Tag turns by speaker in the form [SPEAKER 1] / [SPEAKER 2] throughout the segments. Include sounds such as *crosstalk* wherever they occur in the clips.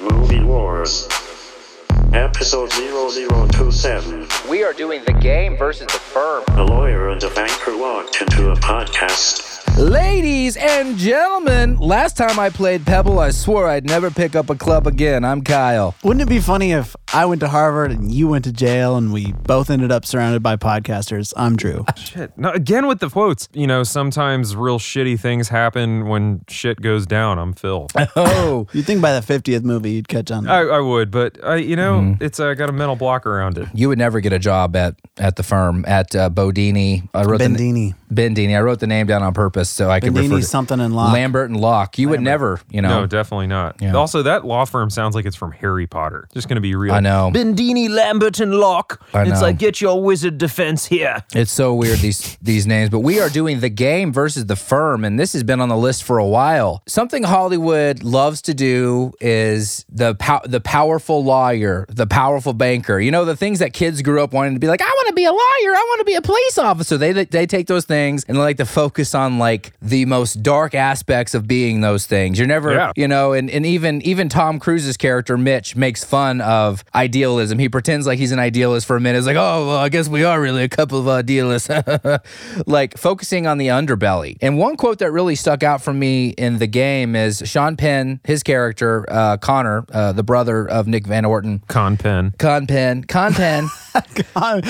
[SPEAKER 1] Movie Wars. Episode 0027.
[SPEAKER 2] We are doing the game versus the firm.
[SPEAKER 1] A lawyer and a banker walked into a podcast.
[SPEAKER 3] Ladies and gentlemen, last time I played Pebble, I swore I'd never pick up a club again. I'm Kyle.
[SPEAKER 4] Wouldn't it be funny if I went to Harvard and you went to jail and we both ended up surrounded by podcasters? I'm Drew.
[SPEAKER 5] Shit. No, again with the quotes. You know, sometimes real shitty things happen when shit goes down.
[SPEAKER 3] *laughs*
[SPEAKER 5] I'm Phil. I,
[SPEAKER 3] Oh,
[SPEAKER 4] You'd think by the 50th movie you'd catch on.
[SPEAKER 5] I would, but I, you know,
[SPEAKER 3] Mm-hmm.
[SPEAKER 5] it's uh, got a mental block around it.
[SPEAKER 3] you would never get a job at at the firm at uh, Bodini. I wrote
[SPEAKER 4] Bendini.
[SPEAKER 3] The, Bendini. I wrote the name down on purpose so I could refer
[SPEAKER 4] Bendini
[SPEAKER 3] to
[SPEAKER 4] something and Locke.
[SPEAKER 3] Lambert and Locke. You would never, you know.
[SPEAKER 5] No, definitely not. Also, that law firm sounds like it's from Harry Potter. Just gonna be real.
[SPEAKER 3] I know.
[SPEAKER 5] Bendini, Lambert, and Locke.
[SPEAKER 3] I It's know. like,
[SPEAKER 5] get your wizard defense here.
[SPEAKER 3] It's so weird these these names, but we are doing the game versus the firm, and this has been on the list for a while. Something Hollywood loves to do is the pow- the powerful lawyer, the powerful banker. You know the things that kids grew up wanting to be like. I want to be a lawyer. I want to be a police officer. They they take those things and they like to focus on like the most dark aspects of being those things. You're never
[SPEAKER 5] Yeah.
[SPEAKER 3] you know, and, and even even Tom Cruise's character Mitch makes fun of idealism. He pretends like he's an idealist for a minute. It's like, oh, well, I guess we are really a couple of idealists, *laughs* like focusing on the underbelly. And one quote that really stuck out for me in the game is Sean Penn, his character uh, Connor, uh, the brother of Nick Van Orton,
[SPEAKER 5] Con Pen.
[SPEAKER 3] Con Penn, Con Penn,
[SPEAKER 4] Con,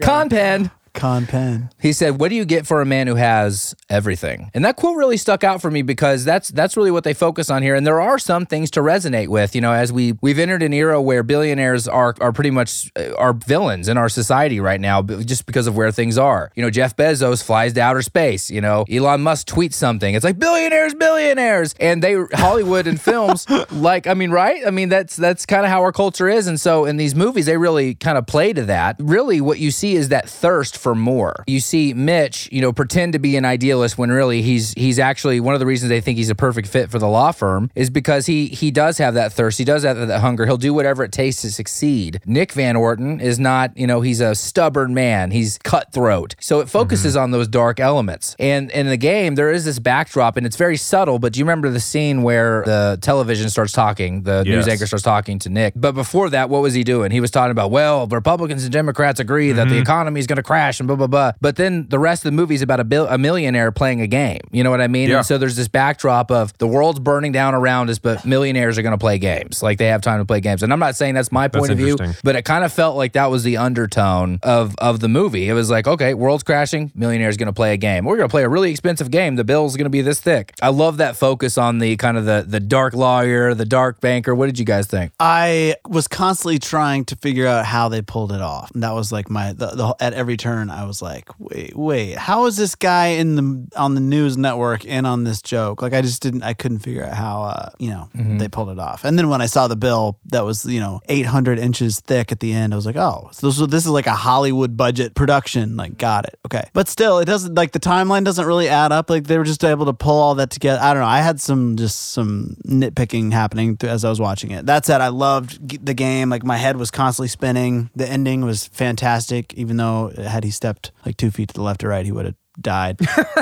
[SPEAKER 3] Con Penn.
[SPEAKER 4] *laughs* Con Penn.
[SPEAKER 3] He said, "What do you get for a man who has everything?" And that quote really stuck out for me because that's that's really what they focus on here. And there are some things to resonate with, you know, as we we've entered an era where billionaires are are pretty much uh, are villains in our society right now, b- just because of where things are. You know, Jeff Bezos flies to outer space. You know, Elon Musk tweets something. It's like billionaires, billionaires, and they Hollywood and films like I mean, right? I mean, that's that's kind of how our culture is. And so in these movies, they really kind of play to that. Really, what you see is that thirst for more. You see Mitch, you know, pretend to be an idealist when really he's he's actually one of the reasons they think he's a perfect fit for the law firm is because he he does have that thirst. He does have that hunger. He'll do whatever it takes to succeed. Nick Van Orton is not, you know, he's a stubborn man. He's cutthroat. So it focuses on those dark elements. And in the game, there is this backdrop and it's very subtle, but do you remember the scene where the television starts talking, the news
[SPEAKER 5] Yes.
[SPEAKER 3] anchor starts talking to Nick. But before that, what was he doing? He was talking about, well, Republicans and Democrats agree that
[SPEAKER 5] Mm-hmm.
[SPEAKER 3] the economy is going to crash and blah, blah, blah. But then the rest of the movie is about a, bill- a millionaire playing a game. You know what I mean?
[SPEAKER 5] Yeah.
[SPEAKER 3] And so there's this backdrop of the world's burning down around us, but millionaires are going to play games. Like they have time to play games. And I'm not saying that's my point
[SPEAKER 5] That's
[SPEAKER 3] of view,
[SPEAKER 5] interesting.
[SPEAKER 3] but it kind of felt like that was the undertone of, of the movie. It was like, okay, world's crashing, millionaire's going to play a game. We're going to play a really expensive game. The bill's going to be this thick. I love that focus on the kind of the, the dark lawyer, the dark banker. What did you guys think?
[SPEAKER 4] I was constantly trying to figure out how they pulled it off. And that was like my the, the at every turn I was like, "Wait, wait. How is this guy in the on the news network and on this joke?" Like I just didn't I couldn't figure out how uh, you know, they pulled it off. And then when I saw the bill that was, you know, 800 inches thick at the end, I was like, "Oh, so this, this is like a Hollywood budget production." Like, got it. Okay. But still, it doesn't like the timeline doesn't really add up. Like they were just able to pull all that together. I don't know. I had some just some nitpicking happening th- as I was watching it. That said, I loved g- the game. Like my head was constantly spinning. The ending was fantastic. Even though uh, had he stepped like two feet to the left or right, he would have died.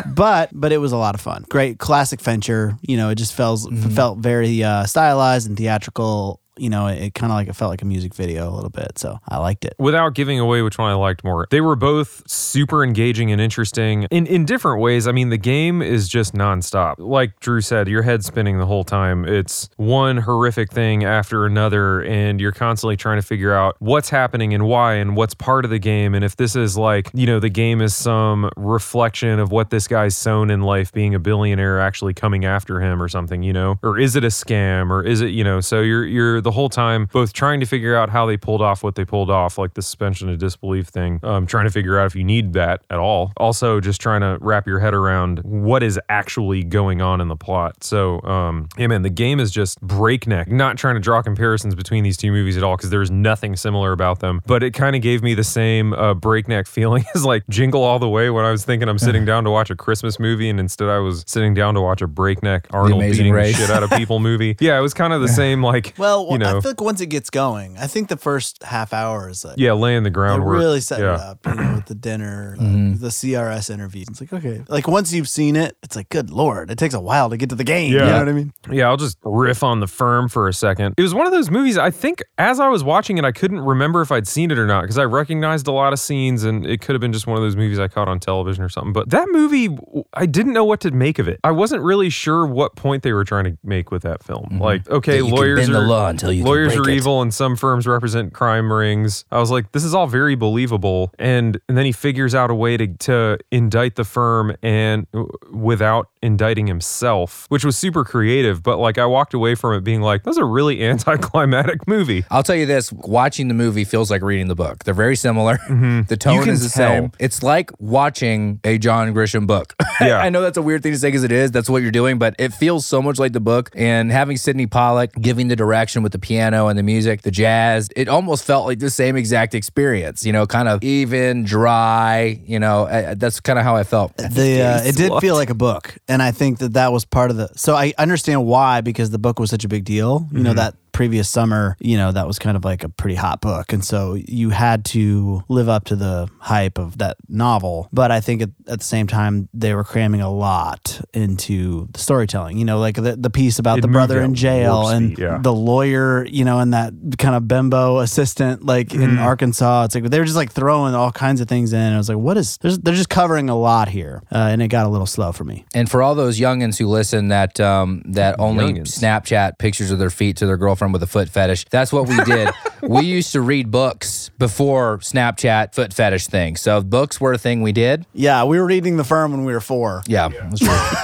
[SPEAKER 4] but but it was a lot of fun. Great classic venture. You know, it just felt felt very uh, stylized and theatrical. You know, it, kind of like it felt like a music video a little bit. So I liked it.
[SPEAKER 5] without giving away which one I liked more, they were both super engaging and interesting in, in different ways. I mean, the game is just nonstop. Like Drew said, your head's spinning the whole time. It's one horrific thing after another, and you're constantly trying to figure out what's happening and why and what's part of the game. And if this is like, you know, the game is some reflection of what this guy's sown in life, being a billionaire actually coming after him or something, you know? Or is it a scam or is it, you know, so you're you're the whole time both trying to figure out how they pulled off what they pulled off, like the suspension of disbelief thing, um, trying to figure out if you need that at all. Also, just trying to wrap your head around what is actually going on in the plot. So, um, yeah, man, the game is just breakneck. Not trying to draw comparisons between these two movies at all because there's nothing similar about them, but it kind of gave me the same uh, breakneck feeling *laughs* as like Jingle All the Way when I was thinking
[SPEAKER 3] *laughs*
[SPEAKER 5] I'm sitting down to watch a Christmas movie, and instead I was sitting down to watch a breakneck Arnold
[SPEAKER 3] Amazing
[SPEAKER 5] beating the
[SPEAKER 3] Race.
[SPEAKER 5] *laughs* shit out of people movie. Yeah, it was kind of the same like
[SPEAKER 4] Well,
[SPEAKER 5] you you know,
[SPEAKER 4] I feel like once it gets going, I think the first half hour is like
[SPEAKER 5] yeah, laying the
[SPEAKER 4] They
[SPEAKER 5] groundwork.
[SPEAKER 4] really set
[SPEAKER 5] yeah.
[SPEAKER 4] it up, you know, with the dinner, like, the CRS interview. It's like okay, like once you've seen it, it's like good lord, it takes a while to get to the game. You
[SPEAKER 5] Yeah.
[SPEAKER 4] know what I mean?
[SPEAKER 5] Yeah, I'll just riff on the firm for a second. It was one of those movies. I think as I was watching it, I couldn't remember if I'd seen it or not because I recognized a lot of scenes, and it could have been just one of those movies I caught on television or something. But that movie, w- I didn't know what to make of it. I wasn't really sure what point they were trying to make with that film. Like, okay,
[SPEAKER 3] Mm-hmm. That you can
[SPEAKER 5] lawyers
[SPEAKER 3] bend
[SPEAKER 5] are
[SPEAKER 3] the law until you can
[SPEAKER 5] lawyers
[SPEAKER 3] break
[SPEAKER 5] are
[SPEAKER 3] it.
[SPEAKER 5] evil, and some firms represent crime rings. I was like, this is all very believable, and and then he figures out a way to to indict the firm and w- without indicting himself, which was super creative. But like, I walked away from it being like, that was a really *laughs* anticlimactic movie.
[SPEAKER 3] I'll tell you this: watching the movie feels like reading the book. They're very similar. *laughs* The tone
[SPEAKER 5] Mm-hmm. You can
[SPEAKER 3] is the
[SPEAKER 5] tell.
[SPEAKER 3] same. It's like watching a John Grisham book. *laughs*
[SPEAKER 5] Yeah.
[SPEAKER 3] I know that's a weird thing to say because it is. That's what you're doing, but it feels so much like the book. And having Sidney Pollack giving the direction with the piano and the music, the jazz, it almost felt like the same exact experience. You know, kind of even, dry. You know, uh, that's kind of how I felt.
[SPEAKER 4] The uh, it did feel like a book, and I think that that was part of the. So I understand why because the book was such a big deal. You know that previous summer, you know that was kind of like a pretty hot book, and so you had to live up to the hype of that novel. But I think at, at the same time they were cramming a lot into the storytelling. You know, like the the piece about
[SPEAKER 5] It
[SPEAKER 4] the
[SPEAKER 5] moved
[SPEAKER 4] brother
[SPEAKER 5] at
[SPEAKER 4] in jail
[SPEAKER 5] warp
[SPEAKER 4] and
[SPEAKER 5] speed, yeah.
[SPEAKER 4] the lawyer, you know, and that kind of bimbo assistant, like
[SPEAKER 3] Mm-hmm.
[SPEAKER 4] in Arkansas. It's like they were just like throwing all kinds of things in. I was like, what is? There's, they're just covering a lot here, uh, and it got a little slow for me.
[SPEAKER 3] And for all those youngins who listen that um,
[SPEAKER 5] *laughs*
[SPEAKER 3] that only
[SPEAKER 5] Youngins.
[SPEAKER 3] Snapchat pictures of their feet to their girlfriend with a foot fetish, that's what we
[SPEAKER 5] *laughs*
[SPEAKER 3] did. we used to read books before Snapchat foot fetish thing. So if books were a thing we did.
[SPEAKER 4] Yeah, we were reading the firm when we were four.
[SPEAKER 3] Yeah, that's
[SPEAKER 5] *laughs*
[SPEAKER 3] true.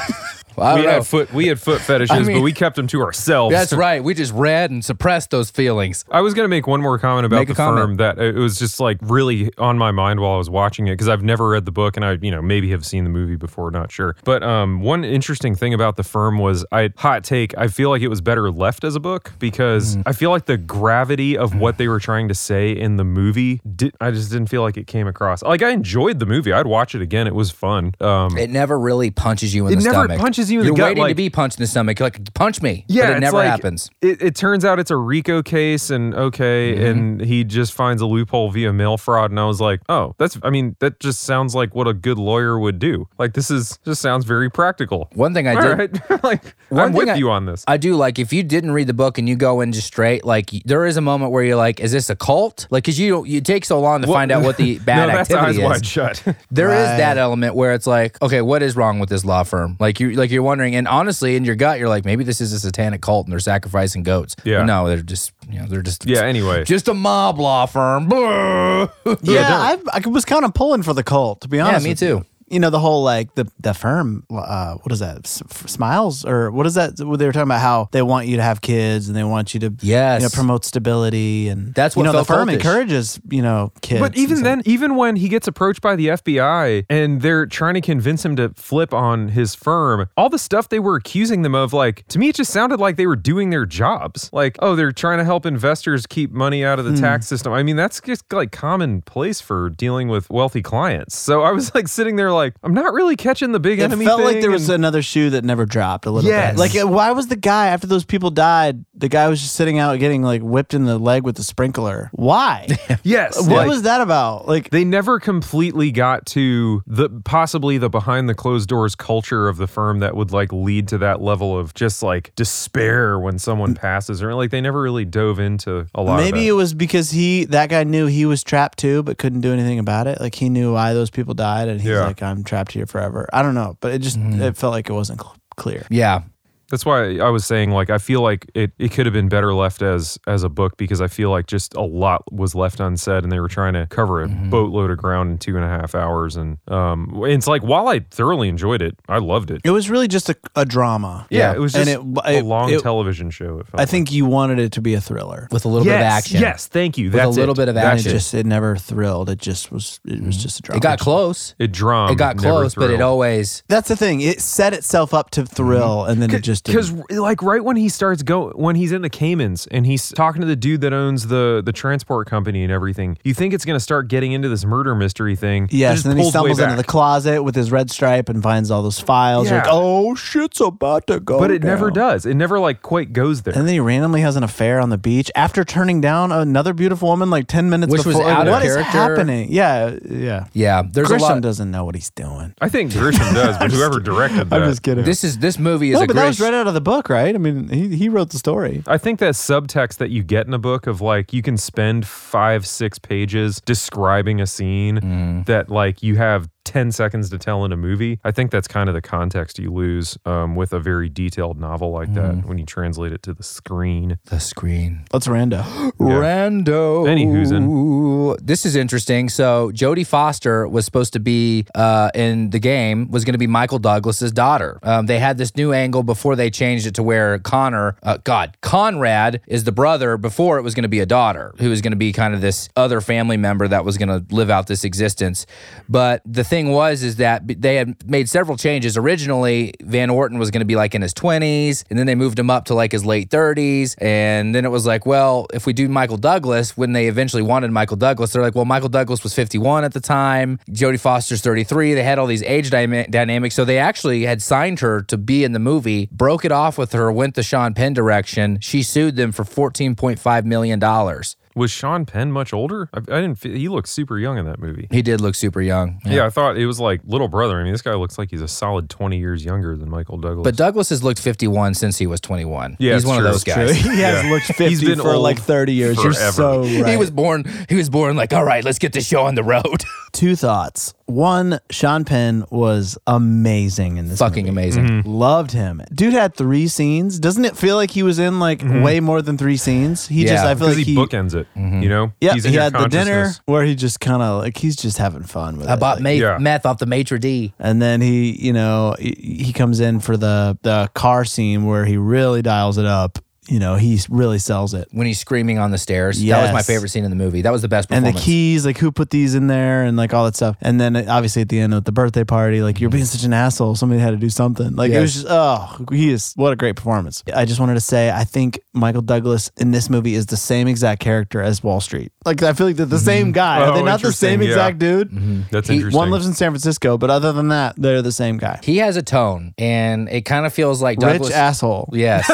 [SPEAKER 3] Well, I
[SPEAKER 5] We
[SPEAKER 3] don't know.
[SPEAKER 5] had foot we had foot fetishes,
[SPEAKER 3] I mean-
[SPEAKER 5] but we kept them to ourselves.
[SPEAKER 3] *laughs* that's right. We just read and suppressed those feelings.
[SPEAKER 5] I was gonna make one more comment about
[SPEAKER 3] Make a
[SPEAKER 5] the firm
[SPEAKER 3] comment.
[SPEAKER 5] that it was just like really on my mind while I was watching it because I've never read the book and I you know maybe have seen the movie before, not sure. But um, one interesting thing about the firm was I hot take. I feel like it was better left as a book because
[SPEAKER 3] Mm.
[SPEAKER 5] I feel like the gravity of what they were trying to say in the movie, did, I just didn't feel like it came across. Like I enjoyed the movie. I'd watch it again. It was fun. Um,
[SPEAKER 3] It never really punches you in
[SPEAKER 5] It
[SPEAKER 3] the
[SPEAKER 5] never
[SPEAKER 3] stomach.
[SPEAKER 5] punches you in the
[SPEAKER 3] You're
[SPEAKER 5] gut,
[SPEAKER 3] waiting to
[SPEAKER 5] like-
[SPEAKER 3] be punched in the stomach. You're like punch me. but it
[SPEAKER 5] it's
[SPEAKER 3] never
[SPEAKER 5] like,
[SPEAKER 3] happens. Mm-hmm.
[SPEAKER 5] It, it turns out it's a RICO case, and okay, and he just finds a loophole via mail fraud. And I was like, oh, that's. I mean, that just sounds like what a good lawyer would do. Like this is just sounds very practical.
[SPEAKER 3] One thing I
[SPEAKER 5] All
[SPEAKER 3] did.
[SPEAKER 5] right. *laughs* like
[SPEAKER 3] One
[SPEAKER 5] I'm
[SPEAKER 3] thing
[SPEAKER 5] with
[SPEAKER 3] I-
[SPEAKER 5] you on this.
[SPEAKER 3] I do like if you didn't read the book and you go in just straight, like y- there is a moment where you're like, is this a cult? Like, cause you you take so long to find out what the
[SPEAKER 5] *laughs*
[SPEAKER 3] bad
[SPEAKER 5] no, that's eyes
[SPEAKER 3] activity
[SPEAKER 5] wide
[SPEAKER 3] is.
[SPEAKER 5] shut.
[SPEAKER 3] *laughs* There is
[SPEAKER 4] Right.
[SPEAKER 3] that element where it's like, okay, what is wrong with this law firm? Like you like you're wondering, and honestly, in your gut, you're like, maybe this is a satanic cult and they're sacrificing goats.
[SPEAKER 5] Yeah.
[SPEAKER 3] no, they're just you know they're just
[SPEAKER 5] yeah. Anyway.
[SPEAKER 3] just a mob law firm.
[SPEAKER 5] *laughs*
[SPEAKER 3] Blah.
[SPEAKER 4] Yeah, I, I was kind of pulling for the cult, to be honest.
[SPEAKER 3] me
[SPEAKER 4] with
[SPEAKER 3] too.
[SPEAKER 4] You. You know the whole like the the firm. Uh, what is that? S- f- smiles or what is that? They were talking about how they want you to have kids and they want you to
[SPEAKER 3] Yes.
[SPEAKER 4] you know, promote stability and
[SPEAKER 3] That's
[SPEAKER 4] you
[SPEAKER 3] what
[SPEAKER 4] know the
[SPEAKER 3] felt
[SPEAKER 4] firm
[SPEAKER 3] cultish.
[SPEAKER 4] encourages you know kids.
[SPEAKER 5] But even
[SPEAKER 4] and
[SPEAKER 5] then, even when he gets approached by the FBI and they're trying to convince him to flip on his firm, all the stuff they were accusing them of, like, to me, it just sounded like they were doing their jobs. Like, oh, they're trying to help investors keep money out of the tax
[SPEAKER 4] Hmm.
[SPEAKER 5] system. I mean, that's just like commonplace for dealing with wealthy clients. So I was like sitting there, like, I'm not really catching the big
[SPEAKER 4] It
[SPEAKER 5] enemy.
[SPEAKER 4] felt like
[SPEAKER 5] thing,
[SPEAKER 4] there was
[SPEAKER 5] and-
[SPEAKER 4] another shoe that never dropped a little
[SPEAKER 5] Yes.
[SPEAKER 4] bit. Like, uh, why was the guy, after those people died, the guy was just sitting out getting like whipped in the leg with the sprinkler?
[SPEAKER 5] *laughs*
[SPEAKER 4] Why?
[SPEAKER 5] yes.
[SPEAKER 4] what
[SPEAKER 5] like-
[SPEAKER 4] was that about? Like,
[SPEAKER 5] they never completely got to the possibly the behind the closed doors culture of the firm that would like lead to that level of just like despair when someone passes or like they never really dove into a lot
[SPEAKER 4] Mm. maybe it
[SPEAKER 5] of
[SPEAKER 4] was because he, that guy knew he was trapped too, but couldn't do anything about it. Like, he knew why those people died and he's
[SPEAKER 5] Yeah. Mm-hmm.
[SPEAKER 4] like, I'm trapped here forever. I don't know, but it just, it felt like it wasn't cl- clear.
[SPEAKER 3] yeah,
[SPEAKER 5] that. that's why I was saying like I feel like it, it could have been better left as as a book because I feel like just a lot was left unsaid and they were trying to cover a
[SPEAKER 4] Mm-hmm.
[SPEAKER 5] boatload of ground in two and a half hours and um it's like while I thoroughly enjoyed it I loved it
[SPEAKER 4] It was really just a, a drama.
[SPEAKER 5] yeah, it was
[SPEAKER 4] And
[SPEAKER 5] just
[SPEAKER 4] it-
[SPEAKER 5] a long
[SPEAKER 4] it-
[SPEAKER 5] television show it felt
[SPEAKER 4] I think you wanted it to be a thriller.
[SPEAKER 3] with a little
[SPEAKER 5] yes,
[SPEAKER 3] bit of action.
[SPEAKER 5] Yes, thank you.
[SPEAKER 3] a
[SPEAKER 5] That's
[SPEAKER 3] little
[SPEAKER 5] it.
[SPEAKER 3] bit of
[SPEAKER 5] That's
[SPEAKER 3] action.
[SPEAKER 5] it.
[SPEAKER 4] Just, it never thrilled. It just was, it
[SPEAKER 5] Mm-hmm.
[SPEAKER 4] was just a drama.
[SPEAKER 3] it got close.
[SPEAKER 5] It drummed.
[SPEAKER 3] It got
[SPEAKER 5] never
[SPEAKER 3] close, but it
[SPEAKER 5] thrilled.
[SPEAKER 3] always
[SPEAKER 4] That's the thing. It set itself up to thrill, and then it just
[SPEAKER 5] Because
[SPEAKER 4] didn't.
[SPEAKER 5] like right when he starts going, when he's in the Caymans and he's talking to the dude that owns the the transport company and everything, you think it's gonna start getting into this murder mystery thing. It
[SPEAKER 4] Yes,
[SPEAKER 5] just
[SPEAKER 4] and then he
[SPEAKER 5] pulls way
[SPEAKER 4] stumbles into
[SPEAKER 5] back.
[SPEAKER 4] the closet with his red stripe and finds all those files. You're Like,
[SPEAKER 5] Yeah.
[SPEAKER 4] oh shit's about to go.
[SPEAKER 5] But it never
[SPEAKER 4] down."
[SPEAKER 5] does. It never like quite goes there.
[SPEAKER 4] And then he randomly has an affair on the beach after turning down another beautiful woman like ten minutes
[SPEAKER 3] Which was
[SPEAKER 4] before. Like,
[SPEAKER 3] out of
[SPEAKER 4] what is
[SPEAKER 3] character.
[SPEAKER 4] happening? Yeah, yeah.
[SPEAKER 3] Yeah, there's
[SPEAKER 4] Grisham
[SPEAKER 3] a lot.
[SPEAKER 4] doesn't know what he's doing.
[SPEAKER 5] I think Grisham does,
[SPEAKER 3] *laughs*
[SPEAKER 5] but whoever directed that.
[SPEAKER 4] I'm just kidding.
[SPEAKER 3] This is this movie is
[SPEAKER 4] no,
[SPEAKER 3] a
[SPEAKER 4] but that was
[SPEAKER 3] Grish-
[SPEAKER 4] right out of the book, right? I mean, he he wrote the story.
[SPEAKER 5] I think that subtext that you get in a book of like you can spend five, six pages describing a scene
[SPEAKER 4] Mm.
[SPEAKER 5] that like you have 10 seconds to tell in a movie. I think that's kind of the context you lose um, with a very detailed novel like
[SPEAKER 4] Mm.
[SPEAKER 5] that when you translate it to the screen.
[SPEAKER 3] the screen.
[SPEAKER 4] Let's rando.
[SPEAKER 3] Rando.
[SPEAKER 5] Anywhoozin'.
[SPEAKER 3] This is interesting. So Jodie Foster was supposed to be uh, in the game was going to be Michael Douglas's daughter. Um, they had this new angle before they changed it to where Connor, uh, God, Conrad is the brother. Before it was going to be a daughter who was going to be kind of this other family member that was going to live out this existence. But the thing was is that b- they had made several changes. Originally, Van Orton was going to be like in his twenties, and then they moved him up to like his late thirties, and then it was like, well, if we do Michael Douglas, when they eventually wanted Michael Douglas, they're like, well, Michael Douglas was 51 at the time, Jodie Foster's 33. They had all these age dyma- dynamics, so they actually had signed her to be in the movie, broke it off with her, went the Sean Penn direction. She sued them for 14.5 million dollars.
[SPEAKER 5] Was Sean Penn much older? I, I didn't. Feel, he looked super young in that movie.
[SPEAKER 3] He did look super young.
[SPEAKER 5] Yeah. I thought it was like little brother. I mean, this guy looks like he's a solid 20 years younger than Michael Douglas.
[SPEAKER 3] But Douglas has looked 51 since he was 21.
[SPEAKER 5] Yeah,
[SPEAKER 3] he's
[SPEAKER 5] it's
[SPEAKER 3] one
[SPEAKER 5] true.
[SPEAKER 3] of those
[SPEAKER 5] It's
[SPEAKER 3] guys.
[SPEAKER 4] *laughs* he has
[SPEAKER 5] Yeah.
[SPEAKER 4] looked
[SPEAKER 5] He's
[SPEAKER 4] 50
[SPEAKER 5] been
[SPEAKER 4] for
[SPEAKER 5] old
[SPEAKER 4] like 30 years. You're
[SPEAKER 5] forever.
[SPEAKER 4] so right.
[SPEAKER 3] He was born. He was born like, all right, let's get this show on the road. *laughs*
[SPEAKER 4] Two thoughts. One, Sean Penn was amazing in this.
[SPEAKER 3] Fucking Mm.
[SPEAKER 4] movie.
[SPEAKER 3] amazing.
[SPEAKER 4] Loved him. Dude had three scenes. Doesn't it feel like he was in like way more than three scenes? He
[SPEAKER 3] Mm-hmm. Yeah.
[SPEAKER 4] just, I feel like
[SPEAKER 5] because he,
[SPEAKER 4] he. Mm-hmm.
[SPEAKER 5] bookends it, you know.
[SPEAKER 4] yeah,
[SPEAKER 5] He's in
[SPEAKER 4] he
[SPEAKER 5] your
[SPEAKER 4] had the dinner
[SPEAKER 5] consciousness.
[SPEAKER 4] where he just kind of like he's just having fun with
[SPEAKER 3] I
[SPEAKER 4] it.
[SPEAKER 3] bought
[SPEAKER 4] Like,
[SPEAKER 3] ma-
[SPEAKER 5] Yeah.
[SPEAKER 3] meth off the maitre d.
[SPEAKER 4] and then he, you know, he, he comes in for the the car scene where he really dials it up. You know, he really sells it.
[SPEAKER 3] when he's screaming on the stairs. That was my
[SPEAKER 4] Yes.
[SPEAKER 3] favorite scene in the movie. That was the best
[SPEAKER 4] and the
[SPEAKER 3] performance.
[SPEAKER 4] keys, like who put these in there, and like all that stuff. And then uh, obviously at the end of the birthday party, like
[SPEAKER 3] Mm-hmm.
[SPEAKER 4] you're being such an asshole. Somebody had to do something. Like it was just oh, he is what a great performance. I just wanted to say I think Michael Douglas in this movie is the same exact character as Wall Street. Like I feel like they're the
[SPEAKER 3] Mm-hmm.
[SPEAKER 4] same guy. Are
[SPEAKER 5] Oh,
[SPEAKER 4] they not the
[SPEAKER 5] interesting.
[SPEAKER 4] same
[SPEAKER 5] Yeah.
[SPEAKER 4] exact dude?
[SPEAKER 5] That's
[SPEAKER 4] He-
[SPEAKER 5] interesting.
[SPEAKER 4] one lives in San Francisco, but other than that, they're the same guy.
[SPEAKER 3] he has a tone, and it kind of feels like Douglas.
[SPEAKER 4] Rich asshole.
[SPEAKER 3] Yes,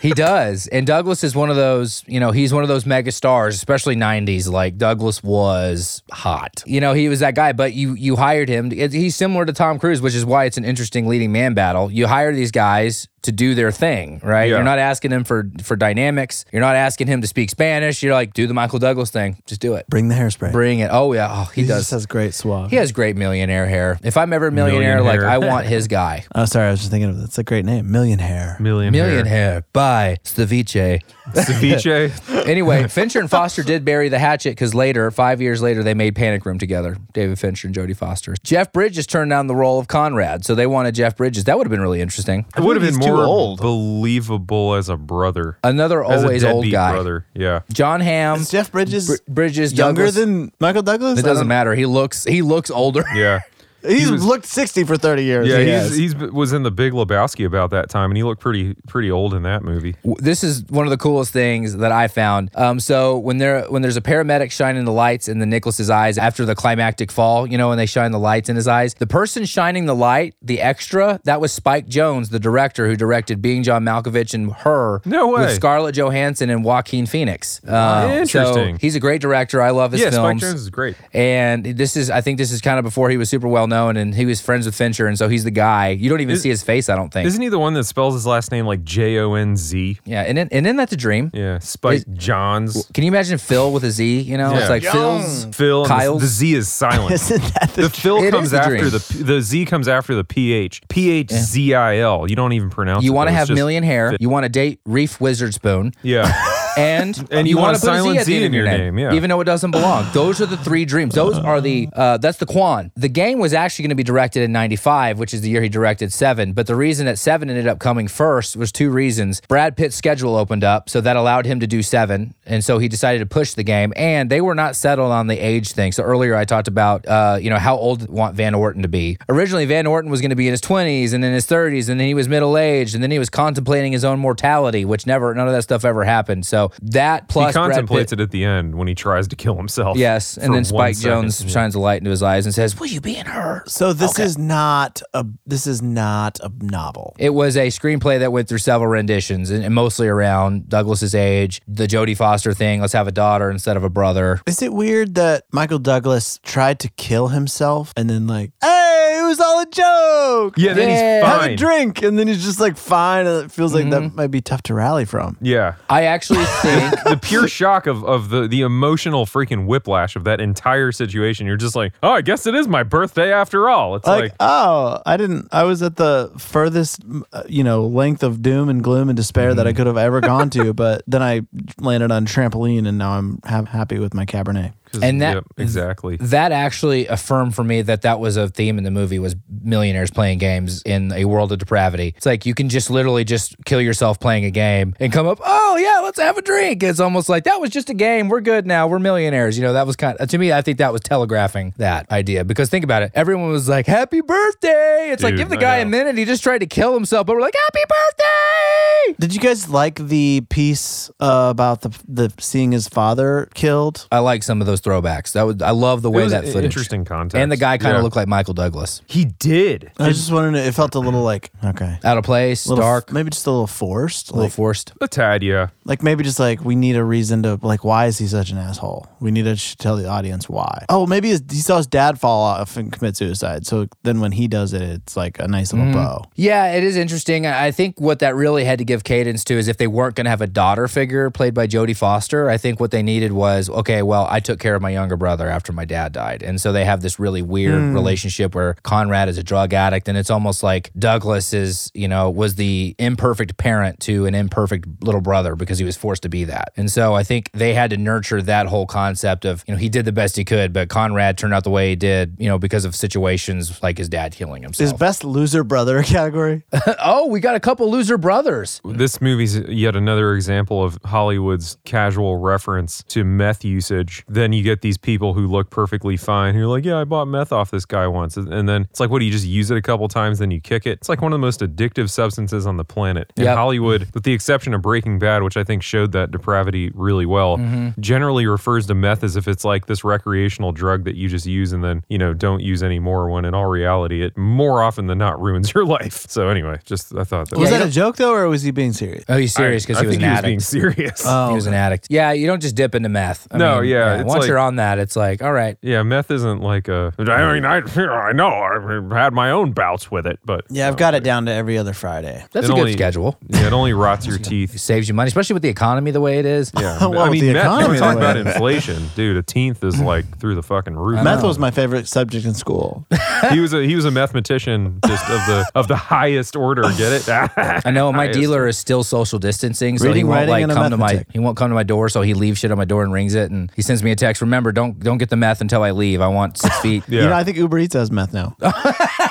[SPEAKER 3] he does. And Douglas is one of those, you know, he's one of those mega stars, especially 90s. Like Douglas was hot. You know, he was that guy, but you you hired him. It- He's similar to Tom Cruise, which is why it's an interesting leading man battle. You hire these guys to do their thing, right?
[SPEAKER 5] Yeah.
[SPEAKER 3] You're not asking him for for dynamics. You're not asking him to speak Spanish. You're like, do the Michael Douglas thing. Just do it.
[SPEAKER 4] Bring the hairspray.
[SPEAKER 3] Bring it. Oh yeah. Oh, he,
[SPEAKER 4] he
[SPEAKER 3] does
[SPEAKER 4] just has great suave.
[SPEAKER 3] He has great millionaire hair. If I'm ever a millionaire,
[SPEAKER 5] Million
[SPEAKER 3] like
[SPEAKER 5] hair.
[SPEAKER 3] I want his guy.
[SPEAKER 4] Oh, sorry, I was just thinking of that's a great name, Million Hair.
[SPEAKER 5] million
[SPEAKER 3] Million hair by Ceviche.
[SPEAKER 4] *laughs*
[SPEAKER 5] ceviche. *laughs*
[SPEAKER 3] Anyway, Fincher and Foster did bury the hatchet because later, five years later, they made Panic Room together. David Fincher and Jodie Foster. Jeff Bridges turned down the role of Conrad, so they wanted Jeff Bridges. That would have been really interesting.
[SPEAKER 5] It would have been
[SPEAKER 4] he's too
[SPEAKER 5] more
[SPEAKER 4] old.
[SPEAKER 5] believable as a brother,
[SPEAKER 3] Another
[SPEAKER 5] as
[SPEAKER 3] always
[SPEAKER 5] a
[SPEAKER 3] old
[SPEAKER 5] deadbeat
[SPEAKER 3] guy.
[SPEAKER 5] brother. Yeah,
[SPEAKER 3] John Hamm.
[SPEAKER 4] Is Jeff Bridges
[SPEAKER 3] Br- Bridges
[SPEAKER 4] younger
[SPEAKER 3] Douglas.
[SPEAKER 4] than Michael Douglas?
[SPEAKER 3] It
[SPEAKER 4] I
[SPEAKER 3] doesn't
[SPEAKER 4] don't-
[SPEAKER 3] matter. He looks. He looks older.
[SPEAKER 5] yeah,
[SPEAKER 4] He's
[SPEAKER 5] He was-
[SPEAKER 4] looked 60 for 30 years.
[SPEAKER 5] yeah.
[SPEAKER 4] he
[SPEAKER 5] He's,
[SPEAKER 4] has.
[SPEAKER 5] he's was in the Big Lebowski about that time, and he looked pretty pretty old in that movie.
[SPEAKER 3] w- this is one of the coolest things that I found. Um, so when there when there's a paramedic shining the lights in the Nicholas's eyes after the climactic fall, you know, when they shine the lights in his eyes, the person shining the light, the extra, that was Spike Jones, the director who directed Being John Malkovich and Her.
[SPEAKER 5] No way.
[SPEAKER 3] With Scarlett Johansson and Joaquin Phoenix. Um,
[SPEAKER 5] Interesting.
[SPEAKER 3] So he's a great director. I love his
[SPEAKER 5] yeah, Spike
[SPEAKER 3] films.
[SPEAKER 5] Jones is great.
[SPEAKER 3] And this is, I think, this is kind of before he was super well known, and he was friends with Fincher, and so he's the guy. You don't even see his face, I don't think.
[SPEAKER 5] Isn't he the one that spells his last name like J O N Z?
[SPEAKER 3] yeah, and then, and then that's a dream.
[SPEAKER 5] Yeah, Spike Johns.
[SPEAKER 3] Can you imagine Phil with a Z? You know,
[SPEAKER 5] Yeah.
[SPEAKER 3] it's like Phil's.
[SPEAKER 5] Phil. and
[SPEAKER 3] Kyle's-
[SPEAKER 5] The Z
[SPEAKER 3] *laughs*
[SPEAKER 5] is silent.
[SPEAKER 4] Isn't that the,
[SPEAKER 5] The Phil
[SPEAKER 3] It
[SPEAKER 5] comes
[SPEAKER 3] is the
[SPEAKER 5] after
[SPEAKER 3] dream.
[SPEAKER 5] the P- the Z comes after the PH. P H Z I L. You don't even pronounce.
[SPEAKER 3] You
[SPEAKER 5] it,
[SPEAKER 3] want to
[SPEAKER 5] though. It's
[SPEAKER 3] have
[SPEAKER 5] just-
[SPEAKER 3] *laughs* million hair. You want to date Reef Wizardspoon.
[SPEAKER 5] Yeah.
[SPEAKER 3] and,
[SPEAKER 5] *laughs* And you
[SPEAKER 3] wanna
[SPEAKER 5] want a silent Z in your name, yeah.
[SPEAKER 3] even though it doesn't belong. Those are the three dreams. Those are the uh, that's the Quan. The game was actually going to be directed in '95, which is the year he directed Seven. But the reason that Seven ended up coming first was two reasons. Brad Pitt's schedule opened up, so that allowed him to do Seven, and so he decided to push the game. And they were not settled on the age thing. So earlier I talked about uh, you know how old did- want Van Orton to be. Originally Van Orton was going to be in his 20s and in his 30s, and then he was middle aged, and then he was contemplating his own mortality, which never none of that stuff ever happened. So that
[SPEAKER 5] He
[SPEAKER 3] plus Brad Pitt-
[SPEAKER 5] contemplates it at the end when he tries to kill himself.
[SPEAKER 3] Yes,
[SPEAKER 5] for
[SPEAKER 3] and then
[SPEAKER 5] one
[SPEAKER 3] Spike
[SPEAKER 5] second.
[SPEAKER 3] Jones shines a light into his eyes and says, "Will you be in her?"
[SPEAKER 4] So this is not a this is not a novel.
[SPEAKER 3] It was a screenplay that went through several renditions, and, and mostly around Douglas's age, the Jodie Foster thing. Let's have a daughter instead of a brother.
[SPEAKER 4] Is it weird that Michael Douglas tried to kill himself and then like, hey, it was all a joke.
[SPEAKER 5] Yeah, then
[SPEAKER 3] Yeah.
[SPEAKER 5] he's
[SPEAKER 4] Have
[SPEAKER 5] fine. Mm-hmm.
[SPEAKER 4] a drink, and then he's just like fine. And it feels like that might be tough to rally from.
[SPEAKER 5] Yeah.
[SPEAKER 3] I
[SPEAKER 5] *laughs*
[SPEAKER 3] actually think
[SPEAKER 5] The pure shock of, of the, the emotional freaking whiplash of that entire situation. You're just like, oh, I guess it is my birthday after all. It's
[SPEAKER 4] Like,
[SPEAKER 5] like,
[SPEAKER 4] oh, I didn't. I was at the furthest, m- uh, you know, length of doom and gloom and despair that I
[SPEAKER 5] Mm-hmm.
[SPEAKER 4] could have ever gone
[SPEAKER 5] *laughs*
[SPEAKER 4] to. But then I landed on trampoline, and now I'm ha- happy with my cabernet.
[SPEAKER 5] 'cause-
[SPEAKER 3] and that-
[SPEAKER 5] yep, exactly.
[SPEAKER 3] that actually affirmed for me that that was a theme in the movie was millionaires playing games in a world of depravity. It's like you can just literally just kill yourself playing a game and come up, oh yeah, let's have a drink. It's almost like that was just a game. We're good now. We're millionaires. You know, that was kind of, to me, I think that was telegraphing that idea because think about it. Everyone was like, happy birthday. It's like
[SPEAKER 5] Dude,
[SPEAKER 3] give the
[SPEAKER 5] I
[SPEAKER 3] guy a
[SPEAKER 5] know.
[SPEAKER 3] minute. He just tried to kill himself, but we're like, happy birthday.
[SPEAKER 4] Did you guys like the piece uh, about the the seeing his father killed?
[SPEAKER 3] I like some of those throwbacks. That was, I love the
[SPEAKER 5] It
[SPEAKER 3] way
[SPEAKER 5] was
[SPEAKER 3] that
[SPEAKER 5] an
[SPEAKER 3] footage.
[SPEAKER 5] interesting context.
[SPEAKER 3] And the guy kind of
[SPEAKER 5] Yeah.
[SPEAKER 3] looked like Michael Douglas.
[SPEAKER 5] He did.
[SPEAKER 4] I was just wondering. It felt a little like okay,
[SPEAKER 3] Out of place,
[SPEAKER 4] little,
[SPEAKER 3] dark,
[SPEAKER 4] maybe just a little forced.
[SPEAKER 3] a little
[SPEAKER 4] Like,
[SPEAKER 3] forced.
[SPEAKER 5] A tad, yeah.
[SPEAKER 4] like maybe just like we need a reason to like why is he such an asshole? We need to sh- tell the audience why. Oh, maybe his, he saw his dad fall off and commit suicide. So then when he does it, it's like a nice little bow.
[SPEAKER 3] Yeah, it is interesting. I I think what that really had to give cadence to is if they weren't going to have a daughter figure played by Jodie Foster, I think what they needed was okay, well, I took care of my younger brother after my dad died. And so they have this really weird relationship where Conrad is a drug addict and it's almost like Douglas is, you know, was the imperfect parent to an imperfect little brother because he was forced to be that. And so I think they had to nurture that whole concept of, you know, he did the best he could, but Conrad turned out the way he did, you know, because of situations like his dad killing himself.
[SPEAKER 4] Is best loser brother *laughs* a category?
[SPEAKER 3] Oh, we got a couple loser brothers.
[SPEAKER 5] This movie's yet another example of Hollywood's casual reference to meth usage. Then you get these people who look perfectly fine who are like, Yeah, I bought meth off this guy once. And- And then it's like, What do you just use it a couple times, then you kick it? It's like one of the most addictive substances on the planet. In
[SPEAKER 3] Yep.
[SPEAKER 5] Hollywood, with the exception of Breaking Bad, which I think showed that depravity really well, generally refers to meth as if it's like this recreational drug that you just use and then, you know, don't use anymore when in all reality, it more often than not ruins your *laughs* life. So anyway, just I thought that
[SPEAKER 4] Was
[SPEAKER 3] Yeah, you
[SPEAKER 4] that a joke though, or was he being serious?
[SPEAKER 3] Oh, he's serious
[SPEAKER 5] I-
[SPEAKER 3] because he
[SPEAKER 5] I
[SPEAKER 3] was an
[SPEAKER 5] think
[SPEAKER 3] addict. Uh,
[SPEAKER 5] being serious.
[SPEAKER 3] he was an addict. Oh, Yeah, you don't just dip into meth. I
[SPEAKER 5] No, yeah, it's
[SPEAKER 3] once
[SPEAKER 5] like-
[SPEAKER 3] you're on that, it's like, all right.
[SPEAKER 5] yeah, meth isn't like a. I mean, I, I know I've had my own bouts with it, but
[SPEAKER 4] Yeah, I've got it down to every other Friday.
[SPEAKER 3] That's
[SPEAKER 5] It
[SPEAKER 3] a good
[SPEAKER 5] only-
[SPEAKER 3] schedule.
[SPEAKER 5] yeah,
[SPEAKER 3] *laughs*
[SPEAKER 5] it only rots your teeth.
[SPEAKER 3] Saves you money, especially with the economy the way it is. *laughs* Yeah.
[SPEAKER 4] well,
[SPEAKER 5] I
[SPEAKER 4] with
[SPEAKER 5] mean,
[SPEAKER 4] the
[SPEAKER 5] meth.
[SPEAKER 4] economy
[SPEAKER 5] We're
[SPEAKER 4] that
[SPEAKER 5] talking
[SPEAKER 4] way.
[SPEAKER 5] about inflation, dude. A tenth is like through the fucking roof.
[SPEAKER 4] Meth was my favorite subject in school.
[SPEAKER 5] *laughs* he was a he was a mathematician, just of the of the highest order. Get *laughs* it?
[SPEAKER 3] I know my
[SPEAKER 5] Highest.
[SPEAKER 3] dealer is still social distancing, so he
[SPEAKER 4] Reading,
[SPEAKER 3] won't
[SPEAKER 4] writing,
[SPEAKER 3] like
[SPEAKER 4] and a
[SPEAKER 3] come to my
[SPEAKER 4] mathematician.
[SPEAKER 3] he won't come to my door, so he leaves shit on my door and rings it, and he sends me a text. Remember, don't don't get the meth until I leave. I want
[SPEAKER 5] *laughs*
[SPEAKER 3] six feet.
[SPEAKER 5] Yeah.
[SPEAKER 4] You know, I think Uber Eats has meth now.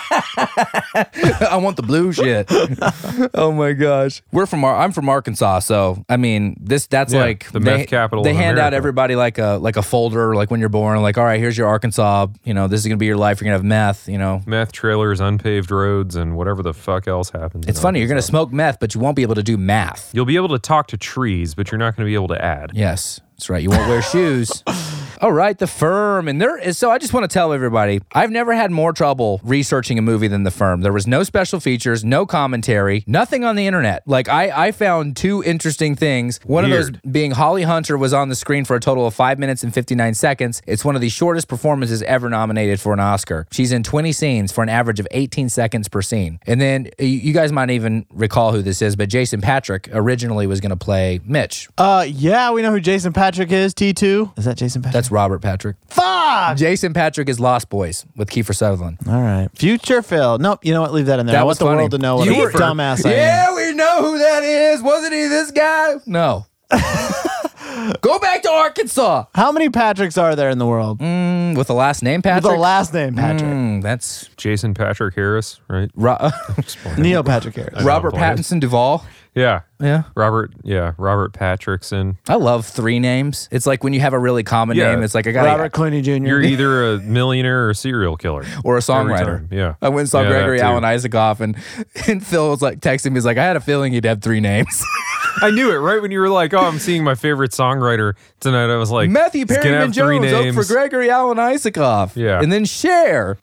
[SPEAKER 3] *laughs* I want the blue
[SPEAKER 5] *laughs*
[SPEAKER 3] shit. oh my gosh. We're from Ar- I'm from Arkansas, so I mean this that's
[SPEAKER 5] Yeah,
[SPEAKER 3] like
[SPEAKER 5] the meth capital
[SPEAKER 3] They
[SPEAKER 5] of
[SPEAKER 3] hand out
[SPEAKER 5] America.
[SPEAKER 3] everybody like a like a folder like when you're born, like, all right, here's your Arkansas, you know, this is gonna be your life, you're gonna have meth, you know.
[SPEAKER 5] meth trailers, unpaved roads, and whatever the fuck else happens.
[SPEAKER 3] It's funny, you're gonna smoke meth, but you won't be able to do math.
[SPEAKER 5] You'll be able to talk to trees, but you're not going to be able to add.
[SPEAKER 3] Yes, that's right. You won't wear shoes. All right, The Firm. And there is, so I just want to tell everybody I've never had more trouble researching a movie than The Firm. There was no special features, no commentary, nothing on the internet. Like, I, I found two interesting things. One of
[SPEAKER 5] Weird.
[SPEAKER 3] those being Holly Hunter was on the screen for a total of five minutes and 59 seconds. It's one of the shortest performances ever nominated for an Oscar. She's in 20 scenes for an average of 18 seconds per scene. And then you- you guys might even recall who this is, but Jason Patrick originally was going to play Mitch.
[SPEAKER 4] Uh, yeah, we know who Jason Patrick is. T two is that Jason Patrick?
[SPEAKER 3] That's Robert Patrick.
[SPEAKER 4] fuck.
[SPEAKER 3] Jason Patrick is Lost Boys with Kiefer Sutherland.
[SPEAKER 4] All right, future Phil. Nope, you know what? Leave that in there.
[SPEAKER 3] That
[SPEAKER 4] I
[SPEAKER 3] was
[SPEAKER 4] want the
[SPEAKER 3] funny.
[SPEAKER 4] world to know what
[SPEAKER 3] You
[SPEAKER 4] a
[SPEAKER 3] were-
[SPEAKER 4] dumbass I am. *laughs*
[SPEAKER 3] Yeah, we know who that is. Wasn't he this guy? No. Go back to Arkansas
[SPEAKER 4] How many Patricks are there in the world?
[SPEAKER 3] Mm, with the last name Patrick.
[SPEAKER 4] The last name Patrick.
[SPEAKER 3] Mm, that's
[SPEAKER 5] Jason Patrick Harris, right?
[SPEAKER 3] Ro- *laughs*
[SPEAKER 4] Neil Patrick Harris.
[SPEAKER 3] Robert
[SPEAKER 5] Blaine.
[SPEAKER 3] Pattinson Duvall.
[SPEAKER 5] Yeah.
[SPEAKER 3] Yeah.
[SPEAKER 5] Robert, yeah, Robert Patrickson.
[SPEAKER 3] I love three names. It's like when you have a really common
[SPEAKER 5] Yeah.
[SPEAKER 3] name, it's like I got
[SPEAKER 4] Robert Clooney Jr. *laughs*
[SPEAKER 5] You're either a millionaire or a serial killer.
[SPEAKER 3] or a
[SPEAKER 5] time,
[SPEAKER 3] songwriter.
[SPEAKER 5] yeah.
[SPEAKER 3] I went and saw
[SPEAKER 5] Yeah, that
[SPEAKER 3] Gregory
[SPEAKER 5] too.
[SPEAKER 3] Alan Isaacoff and, *laughs* and Phil was like texting me, he's like, I had a feeling he'd have three names. *laughs*
[SPEAKER 5] I knew it right when you were like, "Oh, I'm seeing my favorite songwriter tonight." I was like,
[SPEAKER 3] Matthew
[SPEAKER 5] "He's gonna
[SPEAKER 3] Perryman
[SPEAKER 5] have three
[SPEAKER 3] Jones up for
[SPEAKER 5] names."
[SPEAKER 3] Gregory Alan Isaacoff.
[SPEAKER 5] Yeah.
[SPEAKER 3] And then Cher.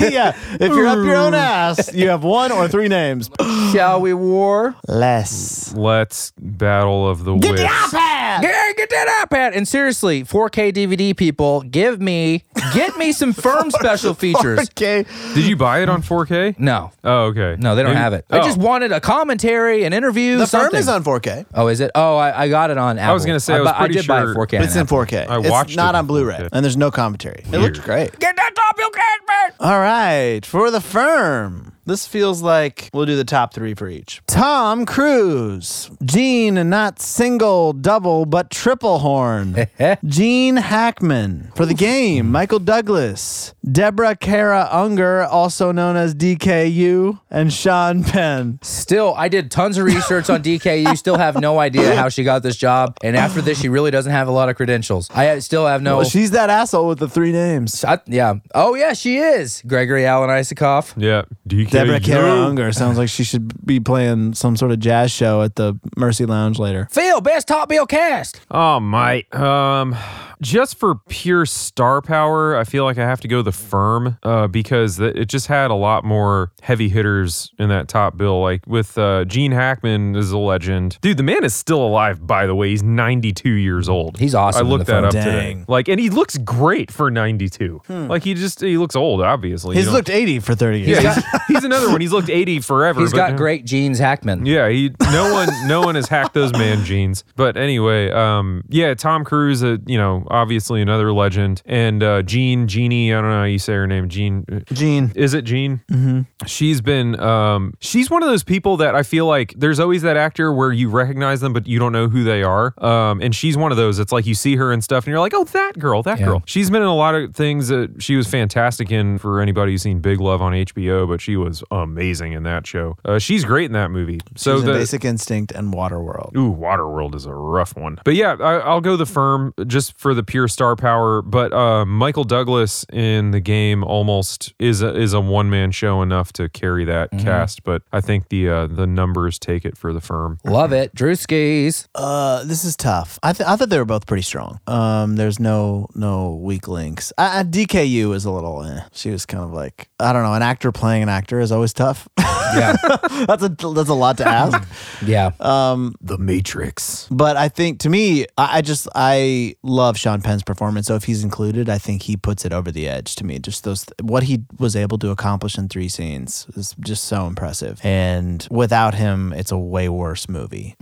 [SPEAKER 4] yeah. If you're up your *laughs* own ass, you have one or three names.
[SPEAKER 3] Shall we war?
[SPEAKER 4] Less.
[SPEAKER 5] Let's battle of the wits.
[SPEAKER 3] Yeah, get that iPad. And seriously, 4K DVD people, give me get me
[SPEAKER 5] *laughs*
[SPEAKER 3] some firm special features.
[SPEAKER 4] Okay.
[SPEAKER 5] Did you buy it on 4K?
[SPEAKER 3] No.
[SPEAKER 5] Oh, okay.
[SPEAKER 3] No, they don't
[SPEAKER 5] Maybe-
[SPEAKER 3] have it.
[SPEAKER 5] Oh,
[SPEAKER 3] I just wanted a commentary, an interview.
[SPEAKER 4] The
[SPEAKER 3] something.
[SPEAKER 4] firm is on 4K.
[SPEAKER 3] Oh, is it? Oh, I, I got it on Apple.
[SPEAKER 5] was gonna say, I was
[SPEAKER 3] bu-
[SPEAKER 5] pretty
[SPEAKER 3] did buy it
[SPEAKER 5] sure-
[SPEAKER 3] 4K.
[SPEAKER 4] It's in 4K.
[SPEAKER 5] I
[SPEAKER 4] it's
[SPEAKER 5] watched
[SPEAKER 4] not
[SPEAKER 5] it
[SPEAKER 4] on
[SPEAKER 5] in
[SPEAKER 4] Blu-ray,
[SPEAKER 5] 4K.
[SPEAKER 4] and there's no commentary. It looked great.
[SPEAKER 3] Get that top, you can't, man.
[SPEAKER 4] All right, for the firm. This feels like we'll do the top three for each. Tom Cruise, Gene, and not single, double, but triple
[SPEAKER 5] *laughs*
[SPEAKER 4] horn. Gene Hackman for the game. Michael Douglas, Deborah Kara Unger, also known as DKU, and Sean Penn.
[SPEAKER 3] Still, I did tons of research on DKU. Still have no idea how she got this job. And after this, she really doesn't have a lot of credentials. I still have
[SPEAKER 5] Oh.
[SPEAKER 3] no.
[SPEAKER 4] Well, she's that asshole with the three names.
[SPEAKER 3] I- yeah. Oh, yeah, she is. Gregory Allen Isikoff.
[SPEAKER 5] Yeah. DK.
[SPEAKER 4] Deborah Kara Unger
[SPEAKER 5] *laughs*
[SPEAKER 4] sounds like she should be playing some sort of jazz show at the Mercy Lounge later.
[SPEAKER 3] Phil, best top bill cast.
[SPEAKER 5] Oh my. Um, just for pure star power, I feel like I have to go the firm uh, because th- it just had a lot more heavy hitters in that top bill. Like with uh, Gene Hackman is a legend, dude. The man is still alive, by the way. He's 92 years old.
[SPEAKER 3] He's awesome
[SPEAKER 5] I
[SPEAKER 3] in
[SPEAKER 5] looked
[SPEAKER 3] the
[SPEAKER 5] that
[SPEAKER 3] film.
[SPEAKER 5] up
[SPEAKER 4] Dang.
[SPEAKER 5] today. Like, and he looks great for 92.
[SPEAKER 3] Hmm.
[SPEAKER 5] Like he just he looks old, obviously.
[SPEAKER 4] He's
[SPEAKER 5] You don't-
[SPEAKER 4] looked 80 for 30 years.
[SPEAKER 5] Yeah, he's, he's another one. He's looked 80 forever.
[SPEAKER 3] He's
[SPEAKER 5] but
[SPEAKER 3] got
[SPEAKER 5] no-
[SPEAKER 3] great genes, Hackman.
[SPEAKER 5] yeah, he no one no one has hacked those man jeans. But anyway, um yeah, Tom Cruise, uh, you know, obviously another legend. And uh Jean, Jeannie, I don't know how you say her name, Jean uh,
[SPEAKER 4] Gene.
[SPEAKER 5] is it Jean? Mm-hmm. She's been um she's one of those people that I feel like there's always that actor where you recognize them but you don't know who they are. Um and she's one of those. It's like you see her and stuff and you're like, "Oh, that girl, that girl." She's been in a lot of things that she was fantastic in for anybody who's seen Big Love on HBO, but she was amazing in that show. Uh, she's great in that movie. So
[SPEAKER 4] She's in
[SPEAKER 5] the
[SPEAKER 4] Basic Instinct and Waterworld.
[SPEAKER 5] Ooh, Waterworld is a rough one. But yeah, I, I'll go the firm just for the pure star power. But uh, Michael Douglas in the game almost is a, is a one man show enough to carry that
[SPEAKER 3] Mm-hmm.
[SPEAKER 5] cast. But I think the uh, the numbers take it for the firm.
[SPEAKER 3] Love it. Drewskis.
[SPEAKER 4] Uh, this is tough. I, th- I thought they were both pretty strong. Um, there's no no weak links. I, I, DKU was a little. Eh. She was kind of like I don't know. An actor playing an actor is always tough.
[SPEAKER 3] Yeah.
[SPEAKER 4] *laughs* that's a that's a lot to ask.
[SPEAKER 3] yeah.
[SPEAKER 5] *laughs* The Matrix.
[SPEAKER 4] But I think to me, I, I just I love Sean Penn's performance. So if he's included, I think he puts it over the edge to me. Just those what he was able to accomplish in three scenes is just so impressive. And without him, it's a way worse movie.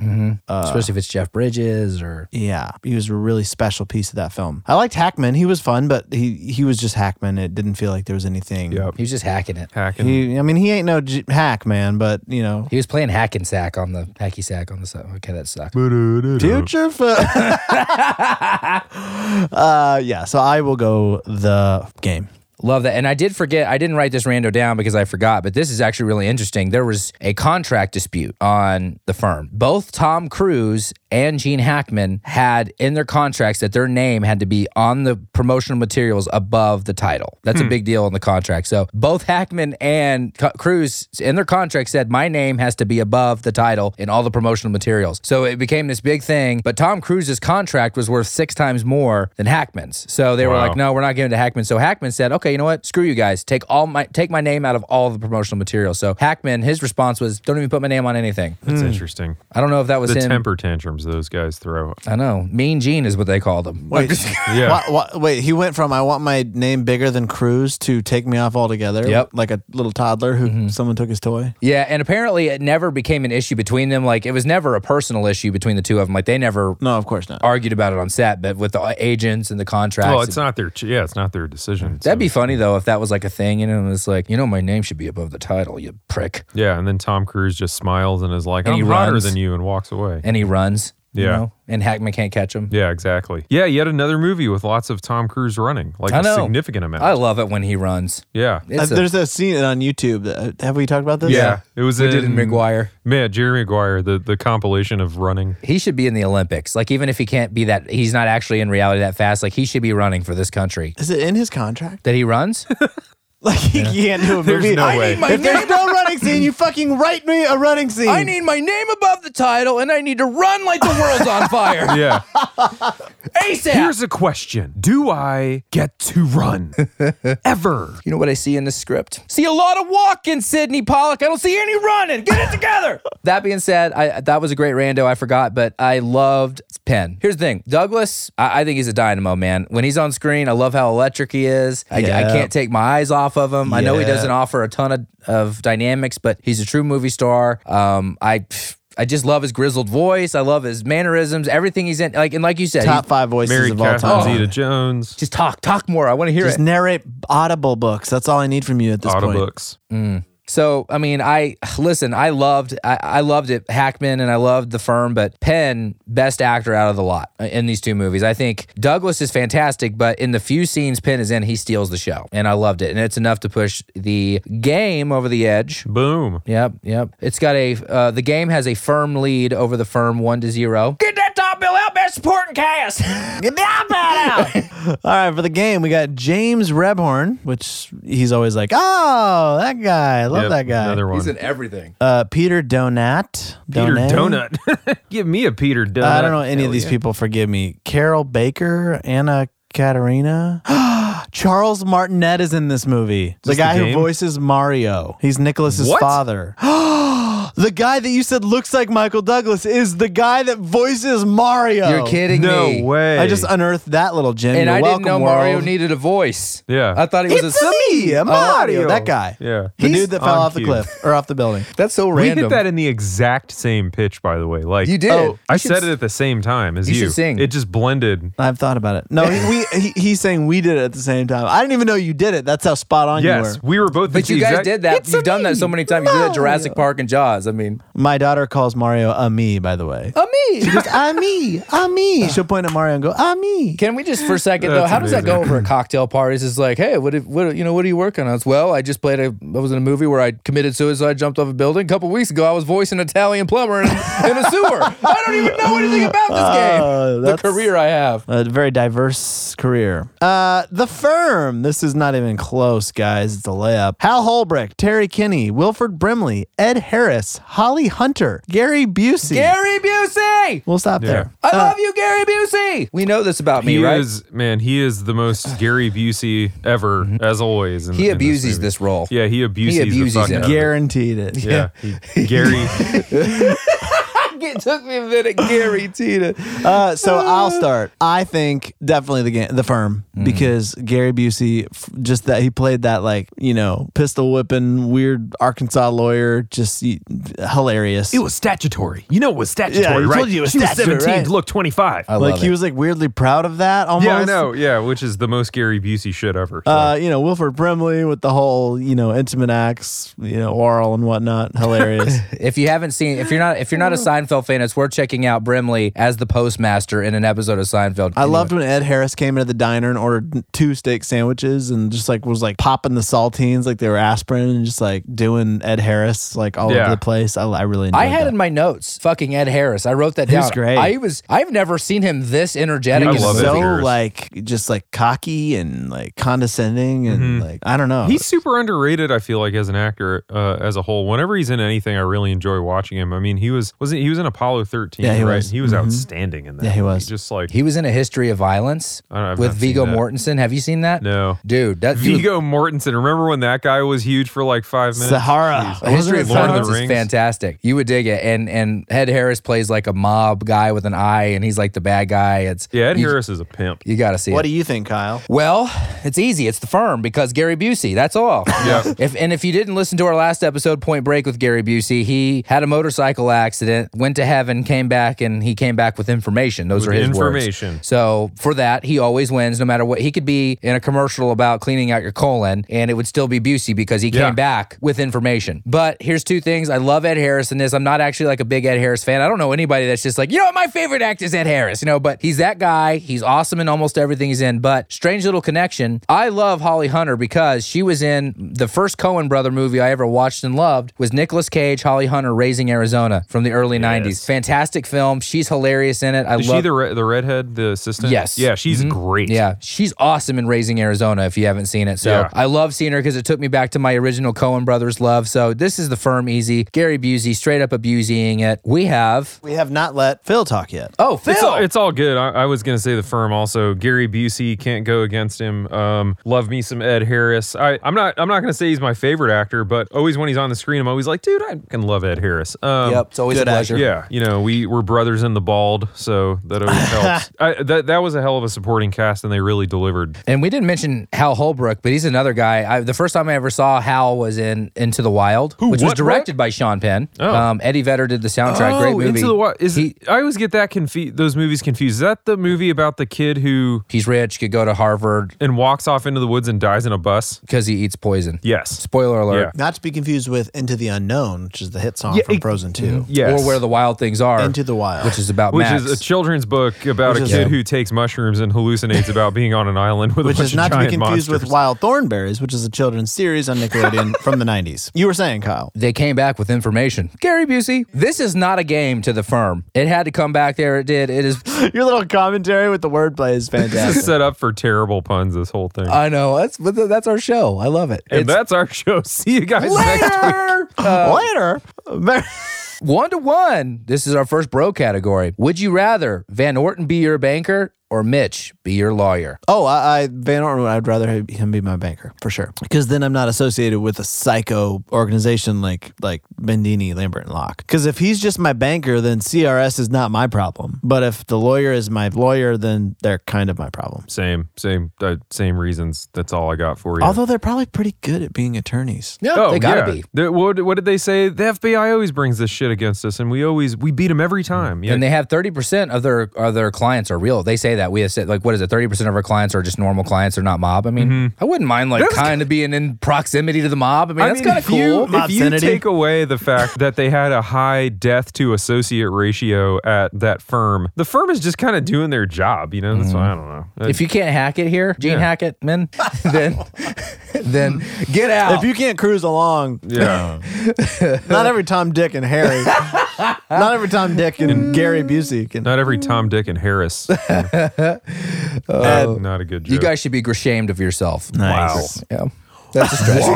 [SPEAKER 3] Especially if it's Jeff Bridges or.
[SPEAKER 4] Yeah, he was a really special piece of that film. I liked Hackman. He was fun, but he he was just Hackman. It didn't feel like there was anything.
[SPEAKER 5] Yep.
[SPEAKER 3] He was just hacking it.
[SPEAKER 5] Hacking.
[SPEAKER 4] He, I mean, he ain't no J- hack man, but you know,
[SPEAKER 3] He was playing hack and sack on the hacky sack on the side. Okay, that sucks. Hmm.
[SPEAKER 5] *laughs*
[SPEAKER 4] future. Fu- *laughs* uh, yeah. So I will go the game.
[SPEAKER 3] Love that. And I did forget, I didn't write this rando down because I forgot, but this is actually really interesting. There was a contract dispute on the firm. Both Tom Cruise and Gene Hackman had in their contracts that their name had to be on the promotional materials above the title. That's a big deal in the contract. So both Hackman and C- Cruise in their contract said, My name has to be above the title in all the promotional materials. So it became this big thing. But Tom Cruise's contract was worth six times more than Hackman's. So they were
[SPEAKER 5] Wow.
[SPEAKER 3] like, No, we're not giving it to Hackman. So Hackman said, Okay, you know what? Screw you guys. Take all my take my name out of all the promotional materials. So Hackman, his response was, Don't even put my name on anything.
[SPEAKER 5] That's interesting.
[SPEAKER 3] I don't know if that was
[SPEAKER 5] The
[SPEAKER 3] him.
[SPEAKER 5] temper tantrums those guys throw.
[SPEAKER 3] I know. Mean Gene is what they called him.
[SPEAKER 5] Yeah.
[SPEAKER 4] Wha- wha- wait, he went from I want my name bigger than Cruise to take me off altogether.
[SPEAKER 3] Yep.
[SPEAKER 4] Like a little toddler who
[SPEAKER 5] Mm-hmm.
[SPEAKER 4] someone took his toy.
[SPEAKER 3] *laughs* Yeah, and apparently it never became an issue between them. Like it was never a personal issue between the two of them. Like they never
[SPEAKER 4] No, of course not.
[SPEAKER 3] argued about it on set, but with the agents and the contracts.
[SPEAKER 5] Well, it's not their. ch- Yeah, it's not their decision.
[SPEAKER 3] That'd
[SPEAKER 5] so-
[SPEAKER 3] be funny though if that was like a thing, you know, and it's like, you know, my name should be above the title, you prick.
[SPEAKER 5] Yeah, and then Tom Cruise just smiles and is like,
[SPEAKER 3] And he
[SPEAKER 5] "I'm hotter
[SPEAKER 3] runs.
[SPEAKER 5] than you," and walks away.
[SPEAKER 3] And he runs. you
[SPEAKER 5] Yeah.
[SPEAKER 3] know, and Hackman can't catch him.
[SPEAKER 5] Yeah, exactly. Yeah, yet another movie with lots of Tom Cruise running, like
[SPEAKER 3] I
[SPEAKER 5] a
[SPEAKER 3] know.
[SPEAKER 5] significant amount.
[SPEAKER 3] I love it when he runs.
[SPEAKER 5] yeah.
[SPEAKER 3] It's
[SPEAKER 4] Uh,
[SPEAKER 3] a-
[SPEAKER 4] there's a scene on YouTube. That, have we talked about this?
[SPEAKER 5] yeah, it was
[SPEAKER 3] we
[SPEAKER 5] in,
[SPEAKER 3] did in McGuire.
[SPEAKER 5] Man, Jerry Maguire, the, the compilation of running.
[SPEAKER 3] He should be in the Olympics. Like even if he can't be that, he's not actually in reality that fast. Like he should be running for this country.
[SPEAKER 4] Is it in his contract?
[SPEAKER 3] That he
[SPEAKER 5] *laughs*
[SPEAKER 3] runs?
[SPEAKER 4] *laughs* Like he can't do a
[SPEAKER 5] There's
[SPEAKER 4] movie.
[SPEAKER 5] no
[SPEAKER 4] I
[SPEAKER 5] way.
[SPEAKER 4] Need my if there's no *laughs* running scene, you fucking write me a running scene.
[SPEAKER 3] I need my name above the title, and I need to run like the world's on
[SPEAKER 5] *laughs*
[SPEAKER 3] fire
[SPEAKER 5] Yeah.
[SPEAKER 3] ASAP.
[SPEAKER 5] Here's a question: Do I get to run ever?
[SPEAKER 3] you know what I see in the script? See a lot of walking, Sydney Pollock. I don't see any running. Get it
[SPEAKER 4] *laughs*
[SPEAKER 3] together. that being said, I, that was a great rando. I forgot, but I loved Penn. Here's the thing Douglas, I, I think he's a dynamo, man. When he's on screen, I love how electric he is. I, I can't take my eyes off of him. I know he
[SPEAKER 4] Yeah.
[SPEAKER 3] doesn't offer a ton of, of dynamics, but he's a true movie star. Um, I. pff, I just love his grizzled voice. I love his mannerisms. Everything he's in, like and like you said,
[SPEAKER 4] top
[SPEAKER 3] he's-
[SPEAKER 4] five voices
[SPEAKER 5] Mary
[SPEAKER 4] of all
[SPEAKER 5] Catherine
[SPEAKER 4] time.
[SPEAKER 5] Zeta Jones,
[SPEAKER 3] just talk, talk more. I want to hear
[SPEAKER 4] Just
[SPEAKER 3] it.
[SPEAKER 4] narrate Audible books. That's all I need from you at this point.
[SPEAKER 5] Autobooks.
[SPEAKER 3] So I mean, I listen. I loved, I, I loved it, Hackman, and I loved the firm. But Penn, best actor out of the lot uh, in these two movies. I think Douglas is fantastic, but in the few scenes Penn is in, he steals the show, and I loved it. And it's enough to push the game over the edge.
[SPEAKER 5] Boom.
[SPEAKER 3] Yep, yep. It's got a uh, the game has a firm lead over the firm one to zero. Get that top bill out, man! Supporting cast. *laughs*
[SPEAKER 4] Get that *laughs* man out. All right, for the game, we got James Rebhorn, which he's always like, oh, that guy. I love
[SPEAKER 5] Yep,
[SPEAKER 4] that guy.
[SPEAKER 5] Another one.
[SPEAKER 3] He's in everything.
[SPEAKER 4] Uh, Peter Donat.
[SPEAKER 5] Peter
[SPEAKER 4] Donat?
[SPEAKER 5] Donut. *laughs* Give me a Peter Donut.
[SPEAKER 4] I don't know any of
[SPEAKER 5] Hell
[SPEAKER 4] these
[SPEAKER 5] yeah.
[SPEAKER 4] people. Forgive me. Carol Baker, Anna Katerina. *gasps* Charles Martinet is in this movie. The
[SPEAKER 5] this
[SPEAKER 4] guy
[SPEAKER 5] the
[SPEAKER 4] who
[SPEAKER 5] game?
[SPEAKER 4] voices Mario. He's Nicholas's
[SPEAKER 5] What?
[SPEAKER 4] father. *gasps* the guy that you said looks like Michael Douglas is the guy that voices Mario.
[SPEAKER 3] You're kidding
[SPEAKER 5] No
[SPEAKER 3] me.
[SPEAKER 5] way.
[SPEAKER 4] I just unearthed that little gem.
[SPEAKER 3] And
[SPEAKER 4] You're
[SPEAKER 3] I
[SPEAKER 4] welcome,
[SPEAKER 3] didn't know
[SPEAKER 4] world.
[SPEAKER 3] Mario needed a voice.
[SPEAKER 5] Yeah.
[SPEAKER 3] I thought he was
[SPEAKER 4] It's
[SPEAKER 3] a
[SPEAKER 4] me, Mario. That guy.
[SPEAKER 5] Yeah.
[SPEAKER 4] The
[SPEAKER 5] He's
[SPEAKER 4] dude that fell
[SPEAKER 5] on
[SPEAKER 4] off the
[SPEAKER 5] cue.
[SPEAKER 4] cliff or off the building.
[SPEAKER 3] That's so
[SPEAKER 5] We
[SPEAKER 3] random.
[SPEAKER 5] hit that in the exact same pitch, by the way. Like
[SPEAKER 3] You did. You
[SPEAKER 5] Oh, I
[SPEAKER 3] should
[SPEAKER 5] said
[SPEAKER 3] s-
[SPEAKER 5] it at the same time as
[SPEAKER 3] You
[SPEAKER 5] you.
[SPEAKER 3] should sing.
[SPEAKER 5] It just blended.
[SPEAKER 4] I've thought about it. No, he, we, he, he's saying we did it at the same time. I didn't even know you did it. That's how spot on you
[SPEAKER 5] Yes,
[SPEAKER 4] were.
[SPEAKER 5] we were both. at
[SPEAKER 3] But
[SPEAKER 5] the
[SPEAKER 3] you guys
[SPEAKER 5] exact-
[SPEAKER 3] did that.
[SPEAKER 4] It's
[SPEAKER 3] You've
[SPEAKER 4] a
[SPEAKER 3] done that so
[SPEAKER 4] me,
[SPEAKER 3] many times. You did that at Jurassic
[SPEAKER 4] Mario.
[SPEAKER 3] Park and Jaws. I mean,
[SPEAKER 4] My daughter calls Mario a me, by the way.
[SPEAKER 3] a me.
[SPEAKER 4] She goes, a me, a me. She'll point at Mario and go, a me.
[SPEAKER 3] Can we just for a second though?
[SPEAKER 5] That's
[SPEAKER 3] How does that go
[SPEAKER 5] amazing.
[SPEAKER 3] over at cocktail parties? It's like, hey, what, if- what, you know, what are you working on? It's, well, I just played a, I was in a movie where I committed suicide, jumped off a building. A couple weeks ago, I was voicing an Italian plumber in, in a sewer. *laughs* I don't even know anything about this
[SPEAKER 4] Uh,
[SPEAKER 3] game. The
[SPEAKER 4] that's-
[SPEAKER 3] career I have.
[SPEAKER 4] A very diverse career. Uh, the firm. This is not even close, guys. It's a layup. Hal Holbrook, Terry Kinney, Wilford Brimley, Ed Harris, Holly Hunter, Gary Busey.
[SPEAKER 3] Gary Busey.
[SPEAKER 4] We'll stop there.
[SPEAKER 3] I love you, Gary Busey. We know this about me,
[SPEAKER 5] Uh, He
[SPEAKER 3] right?
[SPEAKER 5] is man. He is
[SPEAKER 3] *sighs*
[SPEAKER 5] the most Gary Busey ever, as always. in-
[SPEAKER 3] Mm-hmm. he
[SPEAKER 5] in this
[SPEAKER 3] abuses
[SPEAKER 5] movie.
[SPEAKER 3] this, role.
[SPEAKER 5] Yeah, he abuses.
[SPEAKER 3] abuses
[SPEAKER 5] the fuck
[SPEAKER 3] it.
[SPEAKER 5] out of
[SPEAKER 4] Guaranteed it.
[SPEAKER 5] Yeah,
[SPEAKER 3] *laughs*
[SPEAKER 5] he- Gary.
[SPEAKER 3] *laughs* It took me a minute, Gary Tina.
[SPEAKER 4] Uh,
[SPEAKER 5] *laughs*
[SPEAKER 4] so I'll start. I think definitely the game, the firm,
[SPEAKER 3] Mm.
[SPEAKER 4] because Gary Busey, f- just that he played that like you know pistol whipping weird Arkansas lawyer, just he, hilarious.
[SPEAKER 5] It was statutory. You know it was statutory,
[SPEAKER 4] Yeah, I
[SPEAKER 5] right?
[SPEAKER 4] told you it was
[SPEAKER 5] she
[SPEAKER 4] statutory,
[SPEAKER 5] was 17,
[SPEAKER 4] right?
[SPEAKER 5] look 25.
[SPEAKER 3] I
[SPEAKER 4] like
[SPEAKER 3] love
[SPEAKER 4] he
[SPEAKER 3] it.
[SPEAKER 4] was like weirdly proud of that almost.
[SPEAKER 5] yeah, I know. Yeah, which is the most Gary Busey shit ever. so.
[SPEAKER 4] Uh, you know Wilford Brimley with the whole you know intimate acts, you know oral and whatnot, hilarious.
[SPEAKER 3] *laughs* If you haven't seen, if you're not, if you're not a Seinfeld fan, it's worth checking out Brimley as the postmaster in an episode of Seinfeld.
[SPEAKER 4] I loved when Ed Harris came into the diner and ordered two steak sandwiches and just like was like popping the saltines like they were aspirin and just like doing Ed Harris like all
[SPEAKER 5] Yeah.
[SPEAKER 4] over the place. I, I really enjoyed
[SPEAKER 3] I had
[SPEAKER 4] that.
[SPEAKER 3] in my notes fucking Ed Harris. I wrote that down.
[SPEAKER 4] great.
[SPEAKER 3] I was. I've never seen him this energetic.
[SPEAKER 5] I
[SPEAKER 3] in a
[SPEAKER 5] love it.
[SPEAKER 3] movie.
[SPEAKER 4] so
[SPEAKER 5] Harris.
[SPEAKER 4] like just like cocky and like condescending and like I don't know.
[SPEAKER 5] Mm-hmm. He's super underrated. I feel like as an actor, uh, as a whole. Whenever he's in anything, I really enjoy watching him. I mean, he was wasn't he was in Apollo thirteen,
[SPEAKER 4] Yeah, he
[SPEAKER 5] right?
[SPEAKER 4] was.
[SPEAKER 5] He was outstanding in that.
[SPEAKER 4] Yeah, he was.
[SPEAKER 5] Just like
[SPEAKER 3] Mm-hmm. He was in a History of Violence
[SPEAKER 5] I don't- I've
[SPEAKER 3] with
[SPEAKER 5] not seen
[SPEAKER 3] Vigo
[SPEAKER 5] that.
[SPEAKER 3] Mortensen. Have you seen that?
[SPEAKER 5] no
[SPEAKER 3] dude. That dude-
[SPEAKER 5] Vigo Mortensen. Remember when that guy was huge for like five minutes?
[SPEAKER 4] Sahara.
[SPEAKER 3] A History of
[SPEAKER 5] Lord of the
[SPEAKER 3] Violence is
[SPEAKER 5] Rings?
[SPEAKER 3] fantastic. You would dig it. And and Ed Harris plays like a mob guy with an eye, and he's like the bad guy. It's
[SPEAKER 5] Yeah, Ed
[SPEAKER 3] you,
[SPEAKER 5] Harris is a pimp.
[SPEAKER 3] You got to see it.
[SPEAKER 4] What do you think, Kyle?
[SPEAKER 3] Well, it's easy. It's the firm because Gary Busey. That's all.
[SPEAKER 5] *laughs* Yeah.
[SPEAKER 3] If and if you didn't listen to our last episode, Point Break with Gary Busey, he had a motorcycle accident, went to to heaven, came back, and he came back with information. Those
[SPEAKER 5] With
[SPEAKER 3] are his
[SPEAKER 5] information.
[SPEAKER 3] Words. So for that, he always wins, no matter what. He could be in a commercial about cleaning out your colon, and it would still be Busey because he
[SPEAKER 5] Yeah.
[SPEAKER 3] came back with information. But here's two things: I love Ed Harris in this. I'm not actually like a big Ed Harris fan. I don't know anybody that's just like, you know, what, my favorite actor is Ed Harris. You know, but he's that guy. He's awesome in almost everything he's in. But strange little connection. I love Holly Hunter because she was in the first Cohen brother movie I ever watched and loved was Nicolas Cage, Holly Hunter, Raising Arizona from the early '90s. Fantastic film. She's hilarious in it. I
[SPEAKER 5] Is
[SPEAKER 3] love.
[SPEAKER 5] she the re- the redhead, the assistant?
[SPEAKER 3] Yes. Mm-hmm.
[SPEAKER 5] Yeah, she's great.
[SPEAKER 3] Yeah, she's awesome in Raising Arizona. If you haven't seen it, so
[SPEAKER 5] Yeah.
[SPEAKER 3] I love seeing her because it took me back to my original Cohen brothers love. So this is the firm easy. Gary Busey straight up abusing it. We have
[SPEAKER 4] We have not let Phil talk yet.
[SPEAKER 3] oh Phil.
[SPEAKER 5] It's all, it's all good. I, I was going to say the firm also. Gary Busey can't go against him. Um, love me some Ed Harris. I, I'm not. I'm not going to say he's my favorite actor, but always when he's on the screen, I'm always like, dude, I can love Ed Harris. Um,
[SPEAKER 3] yep, it's always a
[SPEAKER 4] Good
[SPEAKER 3] pleasure.
[SPEAKER 5] Yeah, you know, we were brothers in the bald, so
[SPEAKER 3] *laughs*
[SPEAKER 5] that always helps. I, that that was a hell of a supporting cast, and they really delivered.
[SPEAKER 3] And we didn't mention Hal Holbrook, but he's another guy. I, the first time I ever saw Hal was in Into the Wild, which was
[SPEAKER 5] what,
[SPEAKER 3] directed by Sean Penn.
[SPEAKER 5] Oh.
[SPEAKER 3] Um, Eddie Vedder did the soundtrack. Great movie.
[SPEAKER 5] Into the Wild. Is
[SPEAKER 3] He-
[SPEAKER 5] I always get that confused. Those movies confused. Is that the movie about the kid who
[SPEAKER 3] He's rich, could go to Harvard
[SPEAKER 5] and walks off into the woods and dies in a bus?
[SPEAKER 3] because he eats poison.
[SPEAKER 5] Yes.
[SPEAKER 3] Spoiler alert.
[SPEAKER 4] Not to be confused with Into the Unknown, which is the hit song from Frozen 2.
[SPEAKER 5] Yes.
[SPEAKER 3] Or where the wild things are.
[SPEAKER 4] Into the Wild.
[SPEAKER 3] which is about
[SPEAKER 5] which
[SPEAKER 3] Max.
[SPEAKER 5] is a children's book about a
[SPEAKER 4] Which is-
[SPEAKER 5] kid
[SPEAKER 4] Yeah.
[SPEAKER 5] who takes mushrooms and hallucinates about being on an island with
[SPEAKER 4] which
[SPEAKER 5] a bunch
[SPEAKER 4] is not
[SPEAKER 5] of
[SPEAKER 4] to be
[SPEAKER 5] giant
[SPEAKER 4] confused with
[SPEAKER 5] monsters.
[SPEAKER 4] Wild Thornberries, which is a children's series on *laughs* Nickelodeon from the 90s. You were saying, Kyle.
[SPEAKER 3] they came back with information. Gary Busey, this is not a game to the firm. It had to come back there. It did. It is.
[SPEAKER 4] *laughs* Your little commentary with the wordplay is
[SPEAKER 5] This is
[SPEAKER 4] fantastic.
[SPEAKER 5] *laughs* set up for terrible puns. This whole
[SPEAKER 4] Uh,
[SPEAKER 5] thing,
[SPEAKER 3] I know. That's but that's our show. I love it.
[SPEAKER 5] and that's our show. *laughs* See you guys next week.
[SPEAKER 3] Later.
[SPEAKER 4] *laughs* Later. Mer-
[SPEAKER 3] Uh, One to one. This is our first bro category. Would you rather Van Orton be your banker or Mitch be your lawyer?
[SPEAKER 4] oh, I, I Van Orton. I'd rather have him be my banker for sure, because then I'm not associated with a psycho organization like like Bendini, Lambert, and Locke. Because if he's just my banker, then CRS is not my problem. But if the lawyer is my lawyer, then they're kind of my problem.
[SPEAKER 5] Same, same, uh, same reasons. That's all I got for you.
[SPEAKER 4] Although they're probably pretty good at being attorneys.
[SPEAKER 3] Yeah,
[SPEAKER 5] Oh,
[SPEAKER 3] they gotta
[SPEAKER 5] yeah.
[SPEAKER 3] be.
[SPEAKER 5] They- what, what did they say? The FBI always brings this shit against us, and we always we beat them every
[SPEAKER 4] Mm.
[SPEAKER 5] time. Yeah,
[SPEAKER 3] And they have thirty percent of their of their clients are real. They say that we have said like what is it? Thirty percent of our clients are just normal clients. They're not mob. I mean,
[SPEAKER 5] Mm-hmm.
[SPEAKER 3] I wouldn't mind like kind of being in proximity to the mob. I mean, that's kind of
[SPEAKER 5] if you-
[SPEAKER 3] cool.
[SPEAKER 5] if you
[SPEAKER 4] Obscenity.
[SPEAKER 5] take away the fact that they had a high death to associate ratio at that firm, the firm is just kind of doing their job. You know, that's why I don't know.
[SPEAKER 3] If you can't hack it here, Gene
[SPEAKER 5] Yeah.
[SPEAKER 3] Hackett, man, *laughs* then then get out.
[SPEAKER 4] If you can't cruise along,
[SPEAKER 5] yeah,
[SPEAKER 4] Not every Tom, Dick, and Harry. Not every Tom, Dick, and Gary Busey can.
[SPEAKER 5] not every Tom, Dick,
[SPEAKER 3] *laughs*
[SPEAKER 5] and Harris. Not- not a good joke.
[SPEAKER 3] Uh, You guys should be ashamed of yourself.
[SPEAKER 4] Nice.
[SPEAKER 3] Yeah. That's a stretch. *laughs*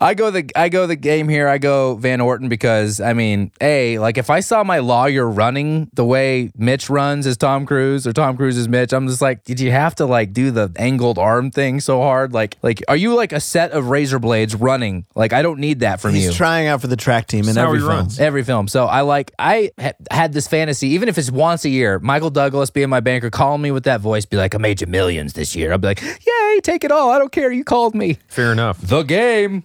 [SPEAKER 3] I go the I go the game here. I go Van Orton because I mean, a like if I saw my lawyer running the way Mitch runs as Tom Cruise or Tom Cruise as Mitch, I'm just like, did you have to like do the angled arm thing so hard? Like like are you like a set of razor blades running? Like I don't need that from you.
[SPEAKER 4] He's trying out for the track team in
[SPEAKER 5] That's how
[SPEAKER 4] every
[SPEAKER 5] he
[SPEAKER 4] film.
[SPEAKER 5] runs.
[SPEAKER 3] Every film. So I like, I ha- had this fantasy, even if it's once a year, Michael Douglas being my banker, calling me with that voice, be like, I made you millions this year. I'll be like, yay, take it all. I don't care. You called me.
[SPEAKER 5] Fair enough.
[SPEAKER 3] The game.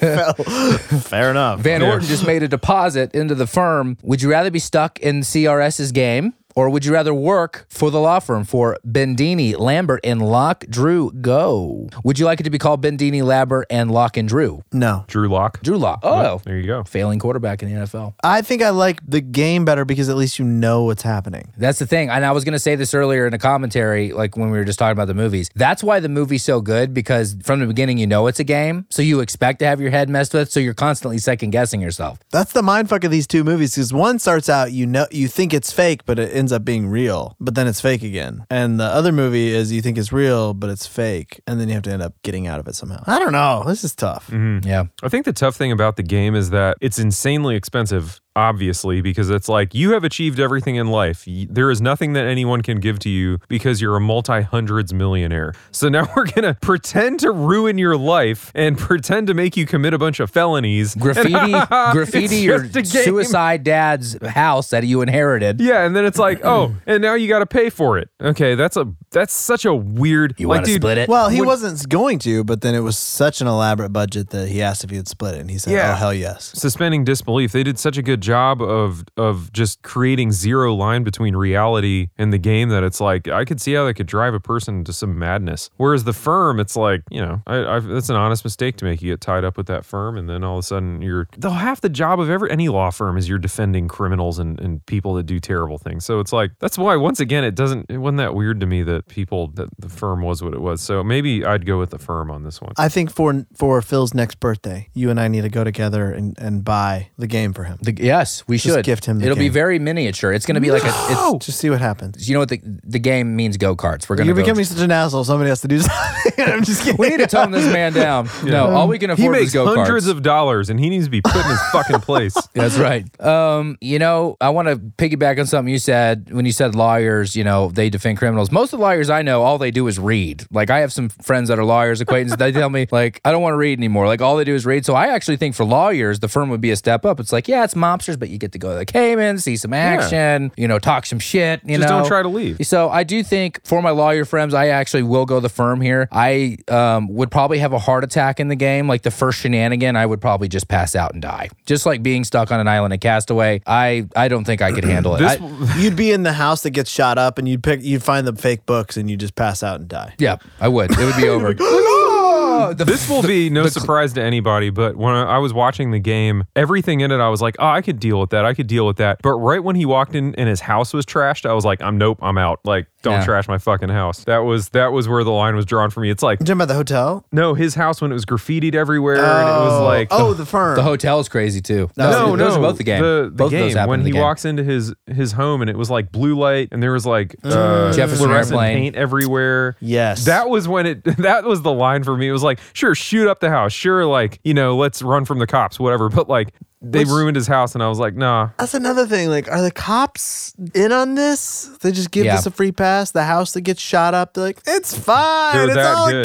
[SPEAKER 4] Fair enough.
[SPEAKER 3] Van
[SPEAKER 5] Yeah.
[SPEAKER 3] Orton just made a deposit into the firm. Would you rather be stuck in CRS's game? Or would you rather work for the law firm for Bendini, Lambert, and Locke Drew? Go. Would you like it to be called Bendini, Lambert, and Locke and Drew?
[SPEAKER 4] No.
[SPEAKER 5] Drew Locke.
[SPEAKER 3] Drew Locke. Oh,
[SPEAKER 5] There you go.
[SPEAKER 3] failing quarterback in the NFL.
[SPEAKER 4] I think I like the game better because at least you know what's happening.
[SPEAKER 3] That's the thing. And I was going to say this earlier in a commentary, like when we were just talking about the movies. That's why the movie's so good because from the beginning, you know it's a game. So you expect to have your head messed with. So you're constantly second guessing yourself.
[SPEAKER 4] That's the mind fuck of these two movies because one starts out you know you think it's fake but it ends up being real, but then it's fake again. And the other movie is you think it's real but it's fake, and then you have to end up getting out of it somehow. I don't know. This is tough.
[SPEAKER 3] Yeah.
[SPEAKER 5] I think the tough thing about the game is that it's insanely expensive, obviously, because it's like you have achieved everything in life. Y- There is nothing that anyone can give to you because you're a multi hundreds millionaire. So now *laughs* we're going to pretend to ruin your life and pretend to make you commit a bunch of felonies. And
[SPEAKER 3] Graffiti, graffiti
[SPEAKER 5] *laughs* it's
[SPEAKER 3] your
[SPEAKER 5] just a game.
[SPEAKER 3] suicide dad's house that you inherited.
[SPEAKER 5] Yeah, and then it's like, oh, and now you got to pay for it. Okay, that's a That's such a weird.
[SPEAKER 3] You
[SPEAKER 5] like,
[SPEAKER 3] want to
[SPEAKER 5] dude,
[SPEAKER 3] split it?
[SPEAKER 4] Well, he wasn't going to, but then it was such an elaborate budget that he asked if he would split it, and he said,
[SPEAKER 5] Yeah.
[SPEAKER 4] "Oh hell yes."
[SPEAKER 5] Suspending disbelief. They did such a good job of of just creating zero line between reality and the game that it's like I could see how they could drive a person to some madness. Whereas the firm, it's like you know, I, I, that's an honest mistake to make. You get tied up with that firm, and then all of a sudden you're. Though half the job of every any law firm is you're defending criminals and, and people that do terrible things. So it's like that's why once again it doesn't it wasn't that weird to me that people that the firm was what it was. So maybe I'd go with the firm on this one.
[SPEAKER 4] I think for for Phil's next birthday, you and I need to go together and, and buy the game for him.
[SPEAKER 3] The- yes, we
[SPEAKER 4] Just
[SPEAKER 3] should
[SPEAKER 4] gift him the
[SPEAKER 3] It'll be
[SPEAKER 4] game.
[SPEAKER 3] very miniature. It's going to be like a. It's,
[SPEAKER 4] Just see what happens.
[SPEAKER 3] you know what the the game means? Go karts. We're going to
[SPEAKER 4] You're
[SPEAKER 3] go.
[SPEAKER 4] becoming such an asshole. Somebody has to do *laughs* something. I'm just kidding.
[SPEAKER 3] we need to *laughs* tone this man
[SPEAKER 5] *laughs*
[SPEAKER 3] down. No, all we can
[SPEAKER 5] he
[SPEAKER 3] afford is
[SPEAKER 5] makes
[SPEAKER 3] go karts.
[SPEAKER 5] hundreds of dollars, and he needs to be put in his
[SPEAKER 3] *laughs*
[SPEAKER 5] fucking place.
[SPEAKER 3] That's right. Um, you know, I want to piggyback on something you said when you said lawyers, you know, they defend criminals. Most of the lawyers I know, all they do is read. Like, I have some friends that are lawyers, acquaintances, they tell me, like, I don't want to read anymore. Like, all they do is read. So I actually think for lawyers, the firm would be a step up. It's like, yeah, it's mobsters, but you get to go to the Caymans, see some action, you know, talk some shit, you
[SPEAKER 5] Just
[SPEAKER 3] know.
[SPEAKER 5] don't try to leave.
[SPEAKER 3] So I do think for my lawyer friends, I actually will go the firm here. I um, would probably have a heart attack in the game. Like the first shenanigan, I would probably just pass out and die. Just like being stuck on an island in Castaway. I I don't think I could handle it. I-
[SPEAKER 4] *laughs* you'd be in the house that gets shot up, and you'd pick, you'd find the fake books, and you just pass out and die.
[SPEAKER 3] yeah, I would. It would
[SPEAKER 5] *laughs*
[SPEAKER 3] be over. The-
[SPEAKER 5] Oh This will be no surprise to anybody, but when I I was watching the game, everything in it, I was like, oh, I could deal with that. I could deal with that. But right when he walked in and his house was trashed, I was like, I'm nope, I'm out. Like, don't
[SPEAKER 3] Yeah.
[SPEAKER 5] trash my fucking house. That was that was where the line was drawn for me. It's like,
[SPEAKER 4] You talking about the hotel?
[SPEAKER 5] no, his house when it was graffitied everywhere, and it was like,
[SPEAKER 4] oh, the firm.
[SPEAKER 3] the hotel is crazy too.
[SPEAKER 5] no,
[SPEAKER 3] those, those
[SPEAKER 5] no,
[SPEAKER 3] are both the game.
[SPEAKER 5] The, the
[SPEAKER 3] both
[SPEAKER 5] game
[SPEAKER 3] of those happen
[SPEAKER 5] when
[SPEAKER 3] in the
[SPEAKER 5] he
[SPEAKER 3] game.
[SPEAKER 5] walks into his his home and it was like blue light and there was like uh,
[SPEAKER 3] Jefferson
[SPEAKER 5] fluorescent
[SPEAKER 3] Airplane.
[SPEAKER 5] paint everywhere.
[SPEAKER 4] Mm. Yes.
[SPEAKER 5] that was when it. *laughs* That was the line for me. It was like, sure, shoot up the house. Sure, like you know, let's run from the cops, whatever. *laughs* But like they ruined his house, and I was like, nah.
[SPEAKER 4] That's another thing. Like, are the cops in on this? They just give
[SPEAKER 3] Yeah.
[SPEAKER 4] this a free pass. The house that gets shot up, they're like, it's fine.
[SPEAKER 5] They're
[SPEAKER 4] it's
[SPEAKER 5] that
[SPEAKER 4] all a
[SPEAKER 5] good."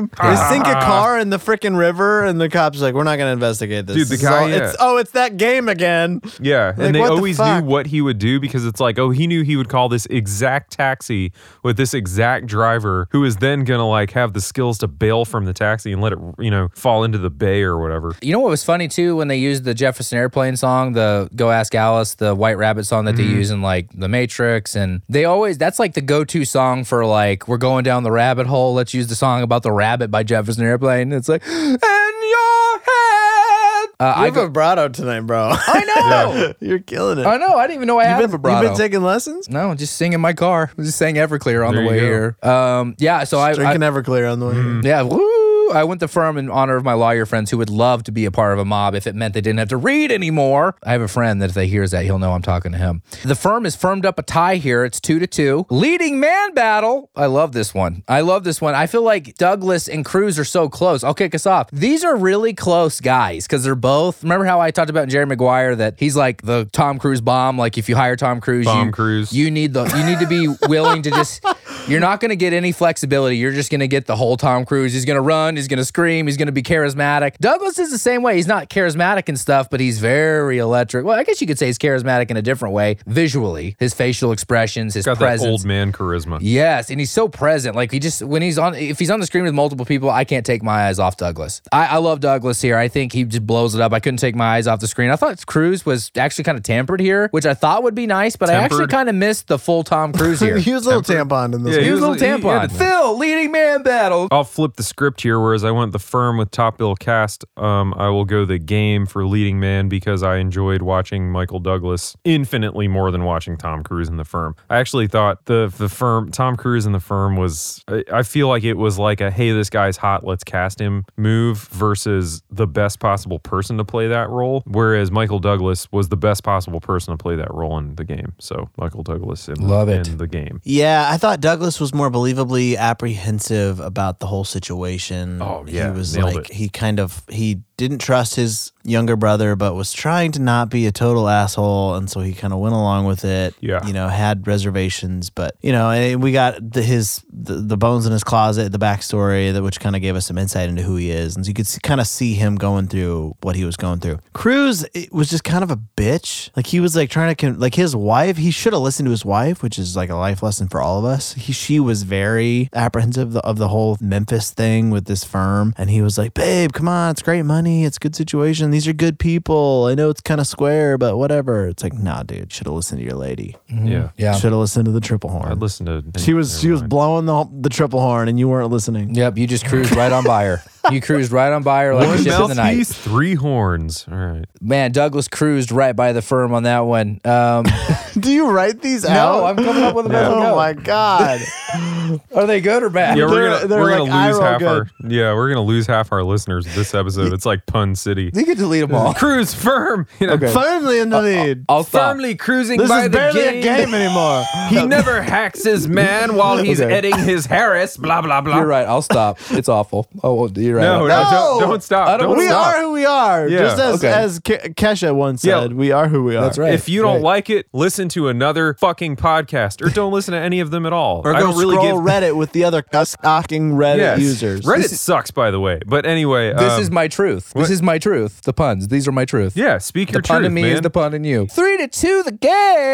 [SPEAKER 4] game. They sink a
[SPEAKER 3] *laughs*
[SPEAKER 4] car in the freaking river, and the cops are like, we're not going to investigate this.
[SPEAKER 5] Dude, the
[SPEAKER 4] This is
[SPEAKER 5] guy-
[SPEAKER 4] all-
[SPEAKER 5] yeah.
[SPEAKER 4] it's, oh, it's that game again.
[SPEAKER 5] Yeah,
[SPEAKER 4] Like,
[SPEAKER 5] and they
[SPEAKER 4] what the
[SPEAKER 5] always
[SPEAKER 4] fuck?
[SPEAKER 5] knew what he would do because it's like, oh, he knew he would call this exact taxi with this exact driver, who is then gonna like have the skills to bail from the taxi and let it, you know, fall into the bay or whatever.
[SPEAKER 3] You know what was funny too when they used the Jefferson Airplane song, the "Go Ask Alice," the White Rabbit song that
[SPEAKER 4] Mm-hmm.
[SPEAKER 3] they use in like The Matrix, and they always that's like the go-to song for like we're going down the rabbit hole. Let's use the song about the rabbit by Jefferson Airplane. It's like in your head. Uh,
[SPEAKER 4] I
[SPEAKER 3] I
[SPEAKER 4] have
[SPEAKER 3] go,
[SPEAKER 4] vibrato tonight, bro.
[SPEAKER 3] *laughs* I know.
[SPEAKER 4] *laughs* You're killing it.
[SPEAKER 3] I know. I didn't even know I
[SPEAKER 4] You've
[SPEAKER 3] had
[SPEAKER 4] been,
[SPEAKER 3] a vibrato.
[SPEAKER 4] you've been taking lessons?
[SPEAKER 3] no, just sing in my car. I just sang Everclear on
[SPEAKER 5] There
[SPEAKER 3] the
[SPEAKER 5] you
[SPEAKER 3] way
[SPEAKER 5] go.
[SPEAKER 3] here. Um, yeah. So I, Mm-hmm. I
[SPEAKER 4] Drinking Everclear on the way. here.
[SPEAKER 3] yeah. Woo! I went the firm in honor of my lawyer friends who would love to be a part of a mob if it meant they didn't have to read anymore. I have a friend that if they hears that, he'll know I'm talking to him. The firm has firmed up a tie here. It's two to two. Leading man battle. I love this one. I love this one. I feel like Douglas and Cruz are so close. I'll kick us off. These are really close guys because they're both. Remember how I talked about Jerry Maguire that he's like the Tom Cruise bomb. Like if you hire Tom Cruise,
[SPEAKER 5] Bomb
[SPEAKER 3] you,
[SPEAKER 5] Cruise.
[SPEAKER 3] you need the you need to be willing to just you're not going to get any flexibility. You're just going to get the whole Tom Cruise. He's going to run, he's going to scream, he's going to be charismatic. Douglas is the same way. He's not charismatic and stuff, but he's very electric. Well, I guess you could say he's charismatic in a different way visually. His facial expressions, his
[SPEAKER 5] Got that
[SPEAKER 3] presence.
[SPEAKER 5] old man charisma.
[SPEAKER 3] Yes, and he's so present. Like he just when he's on, if he's on the screen with multiple people, I can't take my eyes off Douglas. I, I love Douglas here. I think he just blows it up. I couldn't take my eyes off the screen. I thought Cruz was actually kind of tampered here, which I thought would be nice, but I actually
[SPEAKER 5] Tempered.
[SPEAKER 3] kind of missed the full Tom Cruise *laughs* here.
[SPEAKER 4] *laughs* He was a little tampon in this
[SPEAKER 5] Yeah,
[SPEAKER 4] one.
[SPEAKER 3] He
[SPEAKER 5] he
[SPEAKER 3] was a
[SPEAKER 5] was-
[SPEAKER 3] little
[SPEAKER 5] he- yeah,
[SPEAKER 3] tampon.
[SPEAKER 5] the-
[SPEAKER 3] Phil, leading man battle.
[SPEAKER 5] I'll flip the script here. Whereas I went the firm with top bill cast, um, I will go the game for leading man because I enjoyed watching Michael Douglas infinitely more than watching Tom Cruise in the firm. I actually thought the the firm Tom Cruise in the firm was I, I feel like it was like a hey this guy's hot let's cast him move versus the best possible person to play that role. Whereas Michael Douglas was the best possible person to play that role in the game. So Michael Douglas in,
[SPEAKER 3] Love it.
[SPEAKER 5] in the game.
[SPEAKER 4] Yeah, I thought Douglas was more believably apprehensive about the whole situation.
[SPEAKER 5] Oh, yeah,
[SPEAKER 4] he was
[SPEAKER 5] nailed
[SPEAKER 4] like he kind of he didn't trust his younger brother, but was trying to not be a total asshole, and so he kind of went along with it.
[SPEAKER 5] Yeah.
[SPEAKER 4] you know, had reservations, but you know, and we got the, his the, the bones in his closet, the backstory that which kind of gave us some insight into who he is, and so you could kind of see him going through what he was going through. Cruz it was just kind of a bitch. Like he was like trying to con- like his wife. He should have listened to his wife, which is like a life lesson for all of us. He she was very apprehensive of the, of the whole Memphis thing with this firm, and he was like, "Babe, come on, it's great money, it's good situation. These are good people. I know it's kind of square, but whatever." It's like, nah, dude, should have listened to your lady.
[SPEAKER 5] Yeah.
[SPEAKER 3] Mm-hmm. Yeah.
[SPEAKER 4] Should have listened to the triple horn.
[SPEAKER 5] I'd listen to.
[SPEAKER 4] she was she was blowing the the triple horn, and you weren't listening.
[SPEAKER 3] Yep, you just cruised right on by her. You cruised right on by her like a
[SPEAKER 5] One
[SPEAKER 3] ship in the night.
[SPEAKER 5] mouthpiece, three horns. All right.
[SPEAKER 3] Man, Douglas cruised right by the firm on that one. Um,
[SPEAKER 4] *laughs* Do you write
[SPEAKER 3] *laughs*
[SPEAKER 4] these
[SPEAKER 3] no, I'm coming up with a better
[SPEAKER 4] *laughs* Oh
[SPEAKER 3] go.
[SPEAKER 4] my *laughs* god.
[SPEAKER 3] Are they good or bad?
[SPEAKER 5] Yeah, we're
[SPEAKER 4] They're-
[SPEAKER 5] gonna
[SPEAKER 4] they're
[SPEAKER 5] we're
[SPEAKER 4] like,
[SPEAKER 5] gonna
[SPEAKER 4] I
[SPEAKER 5] lose
[SPEAKER 4] roll
[SPEAKER 5] half our
[SPEAKER 4] good.
[SPEAKER 5] yeah we're gonna lose half our listeners this episode. It's like Pun City.
[SPEAKER 3] You can delete them *laughs* all.
[SPEAKER 5] Cruise firm. *laughs* You know,
[SPEAKER 4] Firmly in the lead.
[SPEAKER 3] I'll stop.
[SPEAKER 5] firmly cruising
[SPEAKER 4] this
[SPEAKER 5] Uh, by
[SPEAKER 4] is
[SPEAKER 5] the
[SPEAKER 4] barely
[SPEAKER 5] game.
[SPEAKER 4] a game
[SPEAKER 5] *laughs*
[SPEAKER 4] anymore.
[SPEAKER 5] He never hacks his man while he's eating his Harris. Blah blah blah.
[SPEAKER 3] You're right. I'll stop. It's awful. Oh, well, you're right.
[SPEAKER 5] No, no,
[SPEAKER 4] No!
[SPEAKER 5] don't, don't stop.
[SPEAKER 3] I don't
[SPEAKER 5] don't
[SPEAKER 4] we
[SPEAKER 5] stop.
[SPEAKER 4] are who we are.
[SPEAKER 5] Yeah.
[SPEAKER 4] Just as,
[SPEAKER 3] Okay.
[SPEAKER 4] as Ke- Kesha once
[SPEAKER 5] Yeah.
[SPEAKER 4] said, we are who we are.
[SPEAKER 3] That's right.
[SPEAKER 5] If you don't like it, listen to another fucking podcast, or don't listen to any of them at all.
[SPEAKER 4] Or
[SPEAKER 5] I
[SPEAKER 4] go
[SPEAKER 5] don't really
[SPEAKER 4] scroll
[SPEAKER 5] give
[SPEAKER 4] Reddit with the other stalking Reddit
[SPEAKER 5] Yes.
[SPEAKER 4] users.
[SPEAKER 5] Reddit sucks, by the way. But anyway,
[SPEAKER 3] This
[SPEAKER 5] um,
[SPEAKER 3] is my truth. This is my truth. The puns. These are my truth.
[SPEAKER 5] yeah. Speak
[SPEAKER 3] The
[SPEAKER 5] your
[SPEAKER 3] pun
[SPEAKER 5] truth,
[SPEAKER 3] in me
[SPEAKER 5] man.
[SPEAKER 3] is the pun in you. Three to two, the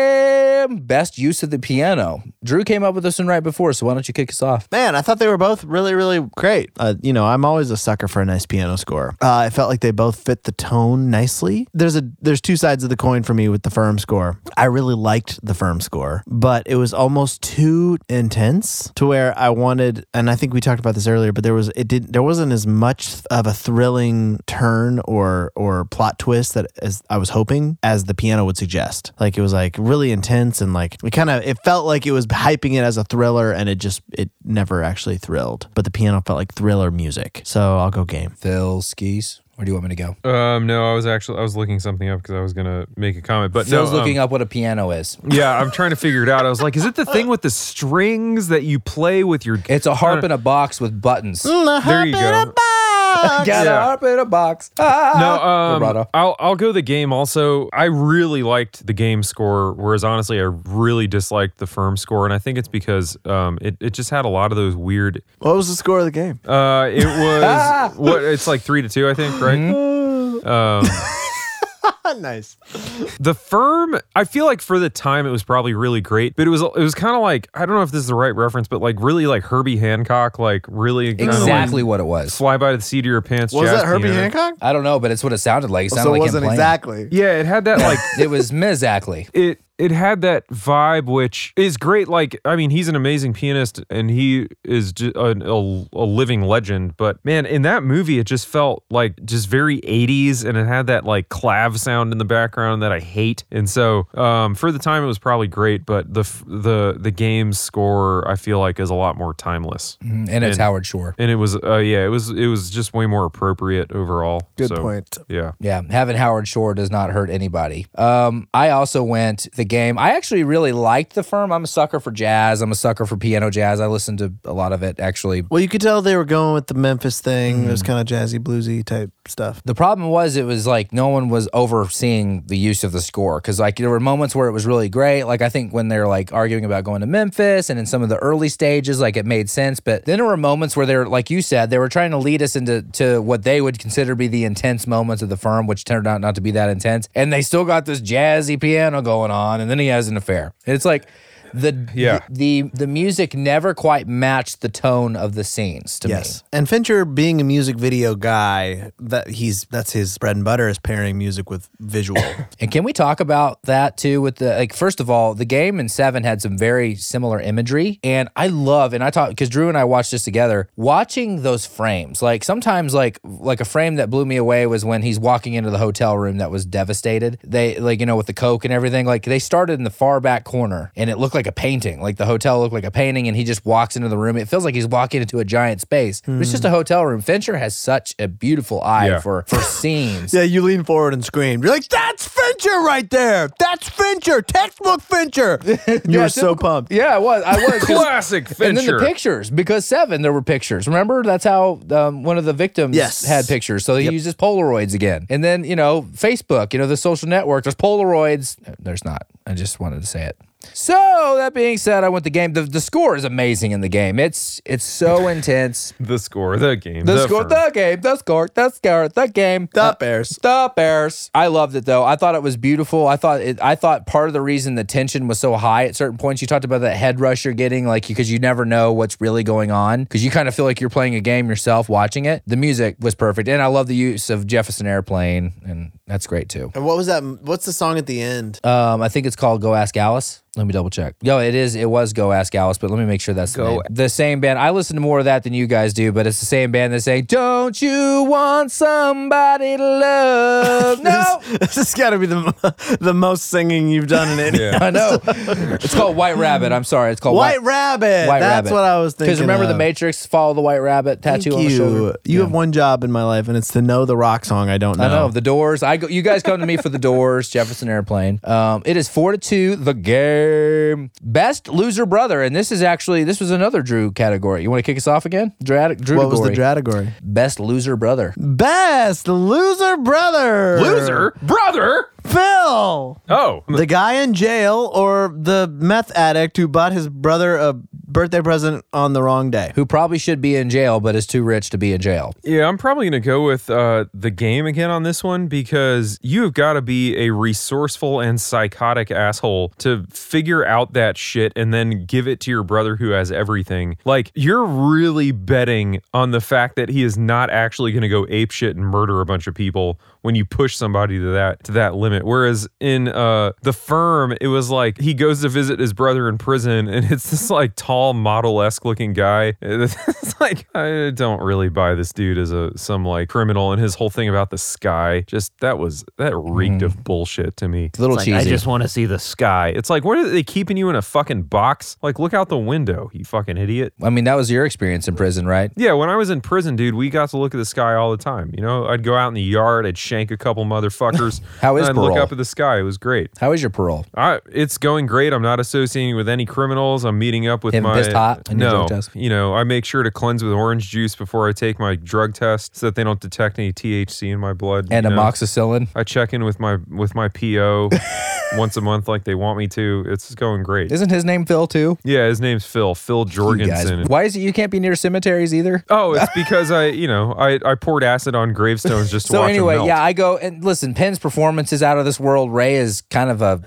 [SPEAKER 3] game. Best use of the piano. Drew came up with this one right before, so why don't you kick us off?
[SPEAKER 4] Man, I thought they were both really, really great. Uh, you know, I'm always a sucker for a nice piano score. Uh, I felt like they both fit the tone nicely. There's a there's two sides of the coin for me with the firm score. I really liked the firm score, but it was almost too intense to where I wanted. And I think we talked about this earlier, but there was it didn't there wasn't as much of a thrilling turn or or plot twist that as I was hoping as the piano would suggest. Like it was like really intense and like it kind of it felt like it was hyping it as a thriller and it just it never actually thrilled. But the piano felt like thriller music. So I'll go game.
[SPEAKER 3] Phil skis. Where do you want me to go?
[SPEAKER 5] um, no, I was actually I was looking something up because I was gonna make a comment, but
[SPEAKER 3] Phil's
[SPEAKER 5] no, um,
[SPEAKER 3] looking up what a piano is.
[SPEAKER 5] Yeah, I'm trying to figure it out. I was like, is it the thing with the strings that you play with your?
[SPEAKER 3] It's a
[SPEAKER 5] uh,
[SPEAKER 3] harp in a box with buttons.
[SPEAKER 5] There you go.
[SPEAKER 3] Got a
[SPEAKER 5] Mm, Yeah.
[SPEAKER 3] harp in a box. Ah!
[SPEAKER 5] No, um,
[SPEAKER 3] Vibrato.
[SPEAKER 5] I'll I'll go the game. Also, I really liked the game score, whereas honestly, I really disliked the firm score, and I think it's because um, it it just had a lot of those weird.
[SPEAKER 4] *laughs* What was the score of the game?
[SPEAKER 5] Uh,
[SPEAKER 3] *laughs*
[SPEAKER 5] it was what it's like three to two, I think, right?
[SPEAKER 3] Mm-hmm.
[SPEAKER 5] Um,
[SPEAKER 4] nice.
[SPEAKER 5] The firm, I feel like for the time it was probably really great, but it was it was kind of like I don't know if this is the right reference, but like really like Herbie Hancock, like really kinda like
[SPEAKER 3] Exactly what it was.
[SPEAKER 5] fly by the seat of your pants.
[SPEAKER 4] Was
[SPEAKER 5] jazz
[SPEAKER 4] that Herbie
[SPEAKER 5] piano.
[SPEAKER 4] Hancock?
[SPEAKER 3] I don't know, but it's what it sounded like. It sounded
[SPEAKER 4] so it
[SPEAKER 3] like
[SPEAKER 4] wasn't
[SPEAKER 3] him playing.
[SPEAKER 4] exactly.
[SPEAKER 5] Yeah, it had that like
[SPEAKER 3] It was mm, exactly.
[SPEAKER 5] it it had that vibe which is great like i mean he's an amazing pianist and he is ju- an- a, a living legend but man in that movie it just felt like just very 80s and it had that like clav sound in the background that i hate and so um, for the time it was probably great but the f- the the game score i feel like is a lot more timeless
[SPEAKER 3] Mm, And it's Howard Shore.
[SPEAKER 5] and it was uh, yeah it was it was just way more appropriate overall
[SPEAKER 4] Good
[SPEAKER 5] So,
[SPEAKER 4] point.
[SPEAKER 5] yeah
[SPEAKER 3] Yeah, having Howard Shore does not hurt anybody. Um, I also went the game. I actually really liked the firm. I'm a sucker for jazz. I'm a sucker for piano jazz. I listened to a lot of it actually.
[SPEAKER 4] Well, you could tell they were going with the Memphis thing. It was kind of jazzy, bluesy type stuff.
[SPEAKER 3] The problem was it was like no one was overseeing the use of the score because like there were moments where it was really great. Like I think when they're like arguing about going to Memphis and in some of the early stages, like it made sense. But then there were moments where they're like you said they were trying to lead us into to what they would consider be the intense moments of the firm, which turned out not to be that intense. And they still got this jazzy piano going on, and then he has an affair. It's like. The,
[SPEAKER 5] Yeah.
[SPEAKER 3] the the music never quite matched the tone of the scenes to me.
[SPEAKER 4] Yes. And Fincher being a music video guy, that he's that's his bread and butter is pairing music with
[SPEAKER 3] *coughs*
[SPEAKER 4] visual.
[SPEAKER 3] And can we talk about that too? With the like, first of all, the game and Seven had some very similar imagery, and I love and I talked because Drew and I watched this together. Watching those frames, like sometimes like like a frame that blew me away was when he's walking into the hotel room that was devastated. They like you know with the coke and everything. Like they started in the far back corner, and it looked like a painting. Like the hotel looked like a painting, and he just walks into the room. It feels like he's walking into a giant space. But It's just a hotel room. Fincher has such a beautiful eye
[SPEAKER 5] Yeah.
[SPEAKER 3] for for *laughs* scenes.
[SPEAKER 4] Yeah, you lean forward and scream. You're like, that's Fincher right there. That's Fincher.
[SPEAKER 3] *laughs*
[SPEAKER 4] Textbook Fincher. you were so pumped.
[SPEAKER 3] Yeah, I was. I *laughs* was 'cause-
[SPEAKER 5] Classic
[SPEAKER 3] And then the
[SPEAKER 5] Fincher.
[SPEAKER 3] pictures, because seven, there were pictures. Remember, that's how um, one of the victims
[SPEAKER 4] Yes.
[SPEAKER 3] had pictures. So he uses Polaroids again. And then, you know, Facebook, you know, the social network, there's Polaroids. There's not. I just wanted to say it. So that being said, I want the game. The, the score is amazing in the game. It's it's so *laughs* intense.
[SPEAKER 5] The score, the game.
[SPEAKER 3] The, score,
[SPEAKER 5] firm.
[SPEAKER 3] the game, the score, the score, the game, Uh,
[SPEAKER 4] The Bears.
[SPEAKER 3] the Bears. I loved it though. I thought it was beautiful. I thought it, I thought part of the reason the tension was so high at certain points. You talked about that head rush you're getting, like because you never know what's really going on, because you kind of feel like you're playing a game yourself watching it. The music was perfect, and I love the use of Jefferson Airplane, and that's great too.
[SPEAKER 6] And what was that? What's the song at the end?
[SPEAKER 3] Um, I think it's called Go Ask Alice. Let me double check. No, it is. It was Go Ask Alice, but let me make sure that's the, name. the same band. I listen to more of that than you guys do, but it's the same band that's saying, "Don't you want somebody to love?"
[SPEAKER 4] *laughs*
[SPEAKER 3] No,
[SPEAKER 4] *laughs* This has got to be the, *laughs* the most singing you've done in any.
[SPEAKER 3] I know. It's called White Rabbit. I'm sorry. It's called
[SPEAKER 4] *laughs* White Rabbit.
[SPEAKER 3] White
[SPEAKER 4] that's
[SPEAKER 3] Rabbit.
[SPEAKER 4] what I was thinking.
[SPEAKER 3] Because remember the
[SPEAKER 4] of.
[SPEAKER 3] Matrix, follow the White Rabbit
[SPEAKER 4] Thank
[SPEAKER 3] tattoo on the
[SPEAKER 4] you.
[SPEAKER 3] shoulder.
[SPEAKER 4] You have one job in my life, and it's to know the rock song I don't know.
[SPEAKER 3] I know the Doors. I go. You guys come to me for the Doors. Jefferson Airplane. Um, it is four to two. The game. Best loser brother, and this is actually this was another Drew category. You want to kick us off again? Dra- Drew.
[SPEAKER 4] What was the
[SPEAKER 3] category.
[SPEAKER 4] category?
[SPEAKER 3] Best loser brother.
[SPEAKER 4] Best loser brother.
[SPEAKER 5] Loser, brother.
[SPEAKER 4] Phil.
[SPEAKER 5] Oh,
[SPEAKER 4] The guy in jail or the meth addict who bought his brother a birthday present on the wrong day.
[SPEAKER 3] Who probably should be in jail, but is too rich to be in jail.
[SPEAKER 5] Yeah, I'm probably going to go with uh, the game again on this one because you've got to be a resourceful and psychotic asshole to figure out that shit and then give it to your brother who has everything. Like, you're really betting on the fact that he is not actually going to go ape shit and murder a bunch of people when you push somebody to that to that limit. Whereas in uh, the firm, it was like he goes to visit his brother in prison, and *laughs* it's this like tall model esque looking guy. *laughs* It's like I don't really buy this dude as a some like criminal, and his whole thing about the sky just that was that reeked of bullshit to me.
[SPEAKER 3] Little
[SPEAKER 7] Like,
[SPEAKER 3] cheesy.
[SPEAKER 7] I just want to see the
[SPEAKER 5] Sky, it's like what are they keeping you in a fucking box? Like look out the window, you fucking idiot.
[SPEAKER 3] I mean, that was your experience in prison, right?
[SPEAKER 5] Yeah, when I was in prison, dude, we got to look at the sky all the time. You know, I'd go out in the yard, I'd shank a couple motherfuckers.
[SPEAKER 3] *laughs* How is
[SPEAKER 5] and I'd look
[SPEAKER 3] parole?
[SPEAKER 5] up at the sky. It was great.
[SPEAKER 3] How is your parole?
[SPEAKER 5] I, it's going great. I'm not associating with any criminals. I'm meeting up with
[SPEAKER 3] Haven't
[SPEAKER 5] my
[SPEAKER 3] pissed hot on your
[SPEAKER 5] no.
[SPEAKER 3] drug test?
[SPEAKER 5] You know, I make sure to cleanse with orange juice before I take my drug test, so that they don't detect any THC in my blood.
[SPEAKER 3] And
[SPEAKER 5] you know?
[SPEAKER 3] amoxicillin.
[SPEAKER 5] I check in with my with
[SPEAKER 3] *laughs*
[SPEAKER 5] my PO once a month, like they want me to. It's going great.
[SPEAKER 3] Isn't his name Phil too?
[SPEAKER 5] yeah, his name's Phil. Phil
[SPEAKER 3] You guys.
[SPEAKER 5] Jorgensen.
[SPEAKER 3] Why is it you can't be near cemeteries either?
[SPEAKER 5] Oh, it's because I, you know, I, I poured acid on gravestones just to
[SPEAKER 3] So
[SPEAKER 5] watch
[SPEAKER 3] anyway,
[SPEAKER 5] them melt.
[SPEAKER 3] yeah, I go and listen. Penn's performance is out of this world. Ray is kind of a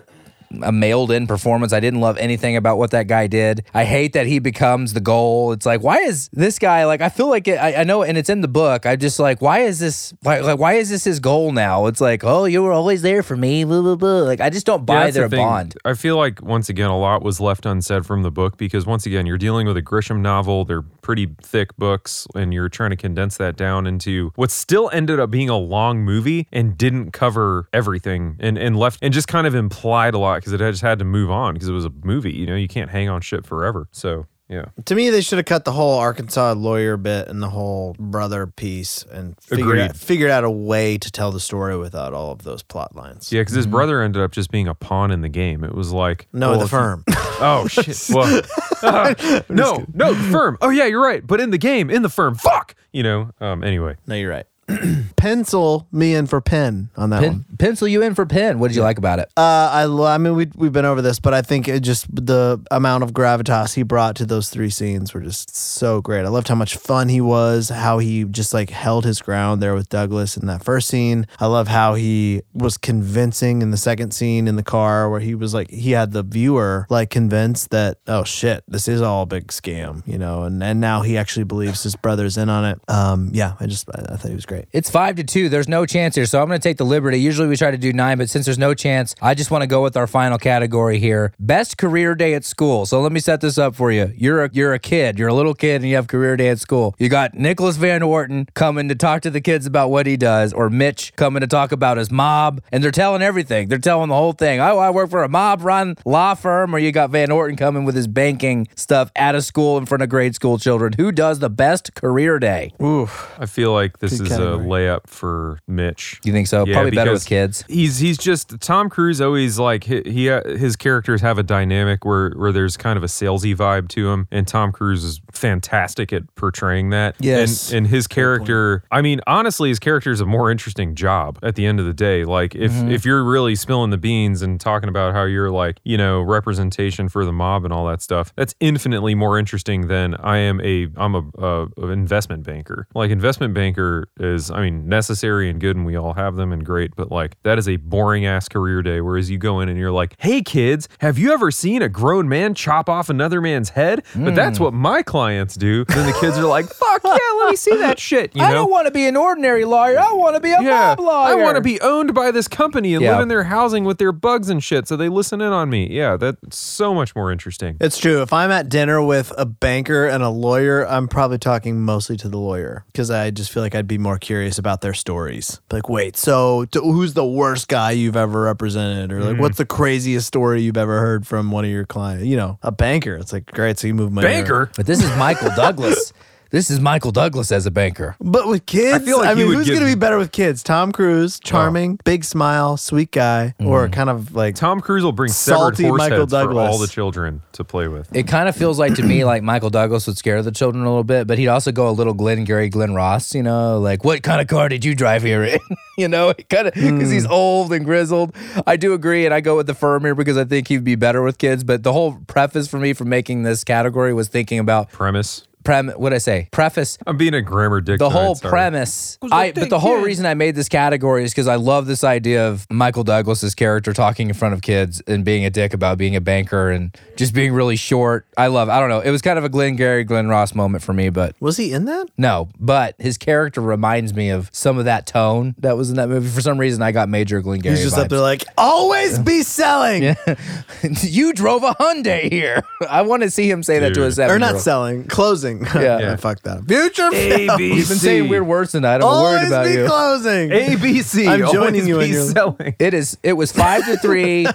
[SPEAKER 3] a mailed in performance. I didn't love anything about what that guy did. I hate that he becomes the goal. It's like, why is this guy like? I feel like it, I, I know, and it's in the book. I just like, why is this? Why, like, why is this his goal now? It's like, oh, you were always there for me. Blah, blah, blah. Like, I just don't
[SPEAKER 5] Yeah,
[SPEAKER 3] buy
[SPEAKER 5] that's the
[SPEAKER 3] their
[SPEAKER 5] thing.
[SPEAKER 3] bond.
[SPEAKER 5] I feel like once again a lot was left unsaid from the book because once again you're dealing with a Grisham novel. They're pretty thick books, and you're trying to condense that down into what still ended up being a long movie and didn't cover everything and and left and just kind of implied a lot because it had- just had to move on because it was a movie. You know, you can't hang on shit forever. So yeah,
[SPEAKER 6] To me, they should have cut the whole Arkansas lawyer bit and the whole brother piece and figured
[SPEAKER 5] Agreed.
[SPEAKER 6] out, figured out a way to tell the story without all of those plot lines.
[SPEAKER 5] yeah, because
[SPEAKER 3] Mm-hmm.
[SPEAKER 5] his brother ended up just being a pawn in the game. It was like
[SPEAKER 6] No,
[SPEAKER 5] well,
[SPEAKER 6] the
[SPEAKER 5] if you-
[SPEAKER 6] firm.
[SPEAKER 5] Oh shit! *laughs* Well, uh, no, no, the firm. Oh yeah, you're right. But in the game, in the firm, fuck. You know. Um. Anyway,
[SPEAKER 6] no, you're right. *clears throat*
[SPEAKER 4] Pencil me in for pen on that one.
[SPEAKER 3] Pen, pencil you in for Penn. What did you like about it?
[SPEAKER 4] Uh, I, lo- I mean, we, we've been over this, but I think it just the amount of gravitas he brought to those three scenes were just so great. I loved how much fun he was, how he just like held his ground there with Douglas in that first scene. I love how he was convincing in the second scene in the car where he was like, he had the viewer like convinced that, oh shit, this is all a big scam, you know, and, and now he actually believes his brother's in on it. Um, yeah, I just, I, I thought he was great.
[SPEAKER 3] It's five to two. There's no chance here. So I'm going to take the liberty. Usually we tried to do nine, but since there's no chance, I just want to go with our final category here: best career day at school. So let me set this up for you. You're a you're a kid. You're a little kid, and you have career day at school. You got Nicholas Van Orton coming to talk to the kids about what he does, or Mitch coming to talk about his mob, and they're telling everything. They're telling the whole thing. Oh, I work for a mob run law firm, or you got Van Orton coming with his banking stuff at a school in front of grade school children. Who does the best career day?
[SPEAKER 5] I feel like this is a layup for Mitch.
[SPEAKER 3] You think so?
[SPEAKER 5] Yeah,
[SPEAKER 3] Probably better with
[SPEAKER 5] because
[SPEAKER 3] kids.
[SPEAKER 5] He's he's just Tom Cruise. Always like he, he uh, his characters have a dynamic where where there's kind of a salesy vibe to him, and Tom Cruise is fantastic at portraying that.
[SPEAKER 8] Yes.
[SPEAKER 5] and, and his character. I mean, honestly, his character is a more interesting job at the end of the day. Like if
[SPEAKER 3] Mm-hmm.
[SPEAKER 5] if you're really spilling the beans and talking about how you're like you know representation for the mob and all that stuff, that's infinitely more interesting than I am a I'm a, a, a investment banker. Like investment banker is I mean necessary and good, and we all have them and great, but like that is a boring ass career day. Whereas you go in and you're like, hey kids, have you ever seen a grown man chop off another man's head? But that's
[SPEAKER 3] Hmm.
[SPEAKER 5] what my clients do. Then the kids are like, fuck yeah, let me see that shit.
[SPEAKER 3] *laughs*
[SPEAKER 5] You
[SPEAKER 3] I
[SPEAKER 5] know?
[SPEAKER 3] don't want to be an ordinary lawyer. I want to be a
[SPEAKER 5] yeah,
[SPEAKER 3] mob lawyer.
[SPEAKER 5] I want to be owned by this company and
[SPEAKER 3] Yeah.
[SPEAKER 5] live in their housing with their bugs and shit, so they listen in on me. Yeah, that's so much more interesting.
[SPEAKER 6] It's true. If I'm at dinner with a banker and a lawyer, I'm probably talking mostly to the lawyer because I just feel like I'd be more curious about their stories. Like, wait, so t- who's the worst guy you've ever represented?
[SPEAKER 5] Mm.
[SPEAKER 6] Or like, what's the craziest story you've ever heard from one of your clients? You know, a banker. It's like, great, so you move money. around.
[SPEAKER 5] Banker.
[SPEAKER 3] But this is Michael Douglas. *laughs* This is Michael Douglas as a banker.
[SPEAKER 6] But with kids, I,
[SPEAKER 5] feel like you
[SPEAKER 6] mean,
[SPEAKER 5] would Oh.
[SPEAKER 6] who's
[SPEAKER 5] give-
[SPEAKER 6] going to be better with kids? Tom Cruise, charming, big smile, sweet guy, or kind of like
[SPEAKER 5] Mm. Tom Cruise will bring
[SPEAKER 6] Salty
[SPEAKER 5] severed horse
[SPEAKER 6] Michael
[SPEAKER 5] heads for
[SPEAKER 6] Douglas.
[SPEAKER 5] all the children to play with.
[SPEAKER 3] It kind of feels like to me like Michael Douglas would scare the children a little bit, but he'd also go a little Glenn Gary, Glenn Ross, you know, like what kind of car did you drive here in? *laughs* you know, it kind of because he's old and grizzled. I do agree, and I go with the firm here because I think he'd be better with kids. But the whole preface for me for making this category was thinking about
[SPEAKER 5] Premise.
[SPEAKER 3] prem. What I say? Preface
[SPEAKER 5] I'm being a grammar dick.
[SPEAKER 3] the
[SPEAKER 5] tonight,
[SPEAKER 3] whole
[SPEAKER 5] sorry. *laughs*
[SPEAKER 3] premise I, but the whole reason i made this category is because i love this idea of michael douglas's character talking in front of kids and being a dick about being a banker and just being really short i love i don't know it was kind of a glenn gary glenn ross moment for me but
[SPEAKER 6] was he in that?
[SPEAKER 3] no but his character reminds me of some of that tone that was in that movie for some reason i got major glenn gary
[SPEAKER 6] He's just up
[SPEAKER 3] vibes.
[SPEAKER 6] there like, always be selling
[SPEAKER 3] *laughs* you drove a hyundai here i want to see him say that to a
[SPEAKER 5] Dude.
[SPEAKER 3] seven
[SPEAKER 6] or not selling, closing. *laughs* Yeah,
[SPEAKER 3] Yeah.
[SPEAKER 6] I fucked that. up. Future film.
[SPEAKER 3] *laughs* you've been saying weird
[SPEAKER 5] *laughs*
[SPEAKER 3] words tonight i'm worried
[SPEAKER 6] Always
[SPEAKER 3] about
[SPEAKER 6] be
[SPEAKER 3] you
[SPEAKER 6] closing.
[SPEAKER 5] ABC.
[SPEAKER 6] I'm joining
[SPEAKER 5] always
[SPEAKER 6] you
[SPEAKER 5] be
[SPEAKER 6] in your-
[SPEAKER 5] selling.
[SPEAKER 3] It is. It was five to three.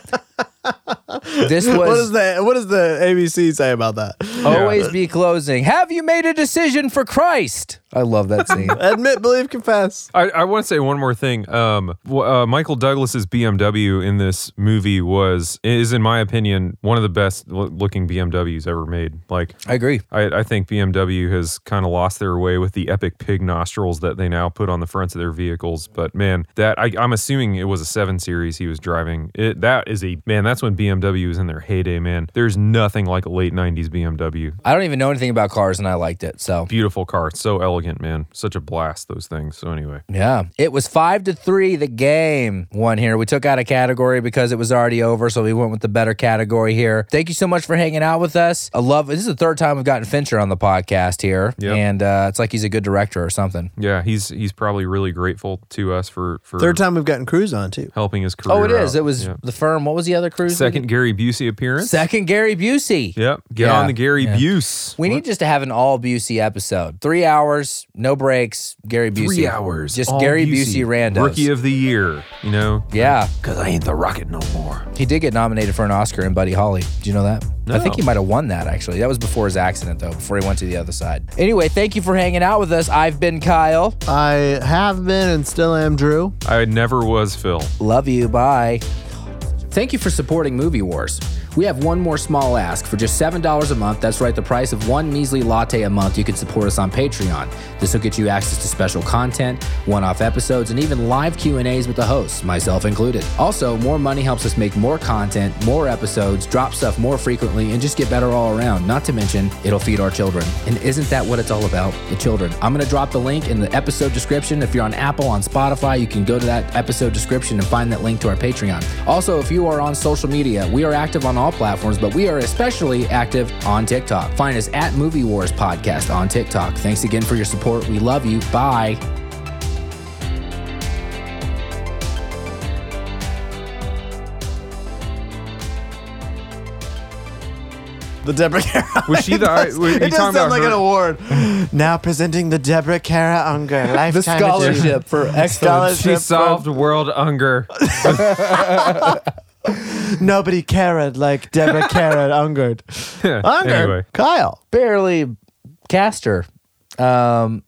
[SPEAKER 6] *laughs*
[SPEAKER 3] this
[SPEAKER 6] What is
[SPEAKER 3] was
[SPEAKER 6] the what does the ABC say about that?
[SPEAKER 3] *laughs* always be closing. Have you made a decision for Christ? I love that
[SPEAKER 5] *laughs*
[SPEAKER 3] scene.
[SPEAKER 6] Admit, believe, confess.
[SPEAKER 5] I, I want to say one more thing. Um, w- uh, Michael Douglas's BMW in this movie was is, in my opinion, one of the best lo- looking BMWs ever made. Like,
[SPEAKER 3] I agree.
[SPEAKER 5] I, I think BMW has kind of lost their way with the epic pig nostrils that they now put on the fronts of their vehicles. But man, that I, I'm assuming it was a seven series he was driving. It, that is a man. That's when BMW was in their heyday. Man, there's nothing like a late '90s BMW.
[SPEAKER 3] I don't even know anything about cars, and I liked it. So
[SPEAKER 5] Beautiful car, so elegant, man. Such a blast. Those things. So anyway,
[SPEAKER 3] yeah, it was five to three. The game won here. We took out a category because it was already over, so we went with the better category here. Thank you so much for hanging out with us. I love. This is the third time we've gotten Fincher on the podcast here,
[SPEAKER 5] Yep.
[SPEAKER 3] and uh, it's like he's a good director or something.
[SPEAKER 5] yeah, he's he's probably really grateful to us for for
[SPEAKER 6] Third time we've gotten Cruise on too.
[SPEAKER 5] helping his career.
[SPEAKER 3] Oh, it is.
[SPEAKER 5] out.
[SPEAKER 3] It was
[SPEAKER 5] Yeah.
[SPEAKER 3] the firm. What was the other cruise?
[SPEAKER 5] second Gary Busey appearance.
[SPEAKER 3] Second Gary Busey.
[SPEAKER 5] Yep. Get
[SPEAKER 3] Yeah.
[SPEAKER 5] on the Gary Buse.
[SPEAKER 3] We need just to have an all Busey episode. Three hours, no breaks. Gary Busey.
[SPEAKER 5] three hours.
[SPEAKER 3] Just
[SPEAKER 5] all
[SPEAKER 3] Gary Busey, randos.
[SPEAKER 5] Rookie of the Year, you know?
[SPEAKER 3] yeah,
[SPEAKER 5] Because I ain't the rocket no more.
[SPEAKER 3] he did get nominated for an Oscar in Buddy Holly. Do you know that? I think he
[SPEAKER 5] No.
[SPEAKER 3] might have won that actually. That was before his accident though, before he went to the other side. Anyway, thank you for hanging out with us. I've been Kyle.
[SPEAKER 6] I have been and still am Drew.
[SPEAKER 5] I never was Phil.
[SPEAKER 3] Love you. Bye. Thank you for supporting Movie Wars. We have one more small ask. For just $7 a month, that's right, the price of one measly latte a month, you can support us on Patreon. This will get you access to special content, one-off episodes, and even live Q&As with the hosts, myself included. Also, more money helps us make more content, more episodes, drop stuff more frequently, and just get better all around. Not to mention, it'll feed our children. And isn't that what it's all about? The children. I'm going to drop the link in the episode description. If you're on Apple, on Spotify, you can go to that episode description and find that link to our Patreon. Also, if you are on social media, we are active on all platforms, but we are especially active on TikTok. Find us at Movie Wars Podcast on TikTok. Thanks again for your support. We love you. Bye.
[SPEAKER 4] The Deborah Kara.
[SPEAKER 5] *laughs* Was she the?
[SPEAKER 4] It
[SPEAKER 5] were you
[SPEAKER 4] does
[SPEAKER 5] talking
[SPEAKER 4] sound
[SPEAKER 5] about
[SPEAKER 4] like
[SPEAKER 5] her?
[SPEAKER 4] an award. now presenting the Deborah Kara Unger Lifetime
[SPEAKER 3] The
[SPEAKER 4] Achievement.
[SPEAKER 3] scholarship for excellence.
[SPEAKER 5] She solved world hunger. *laughs*
[SPEAKER 4] Nobody cared like Deborah Kara Unger.
[SPEAKER 5] anyway,
[SPEAKER 4] Kyle.
[SPEAKER 3] barely cast her. Um,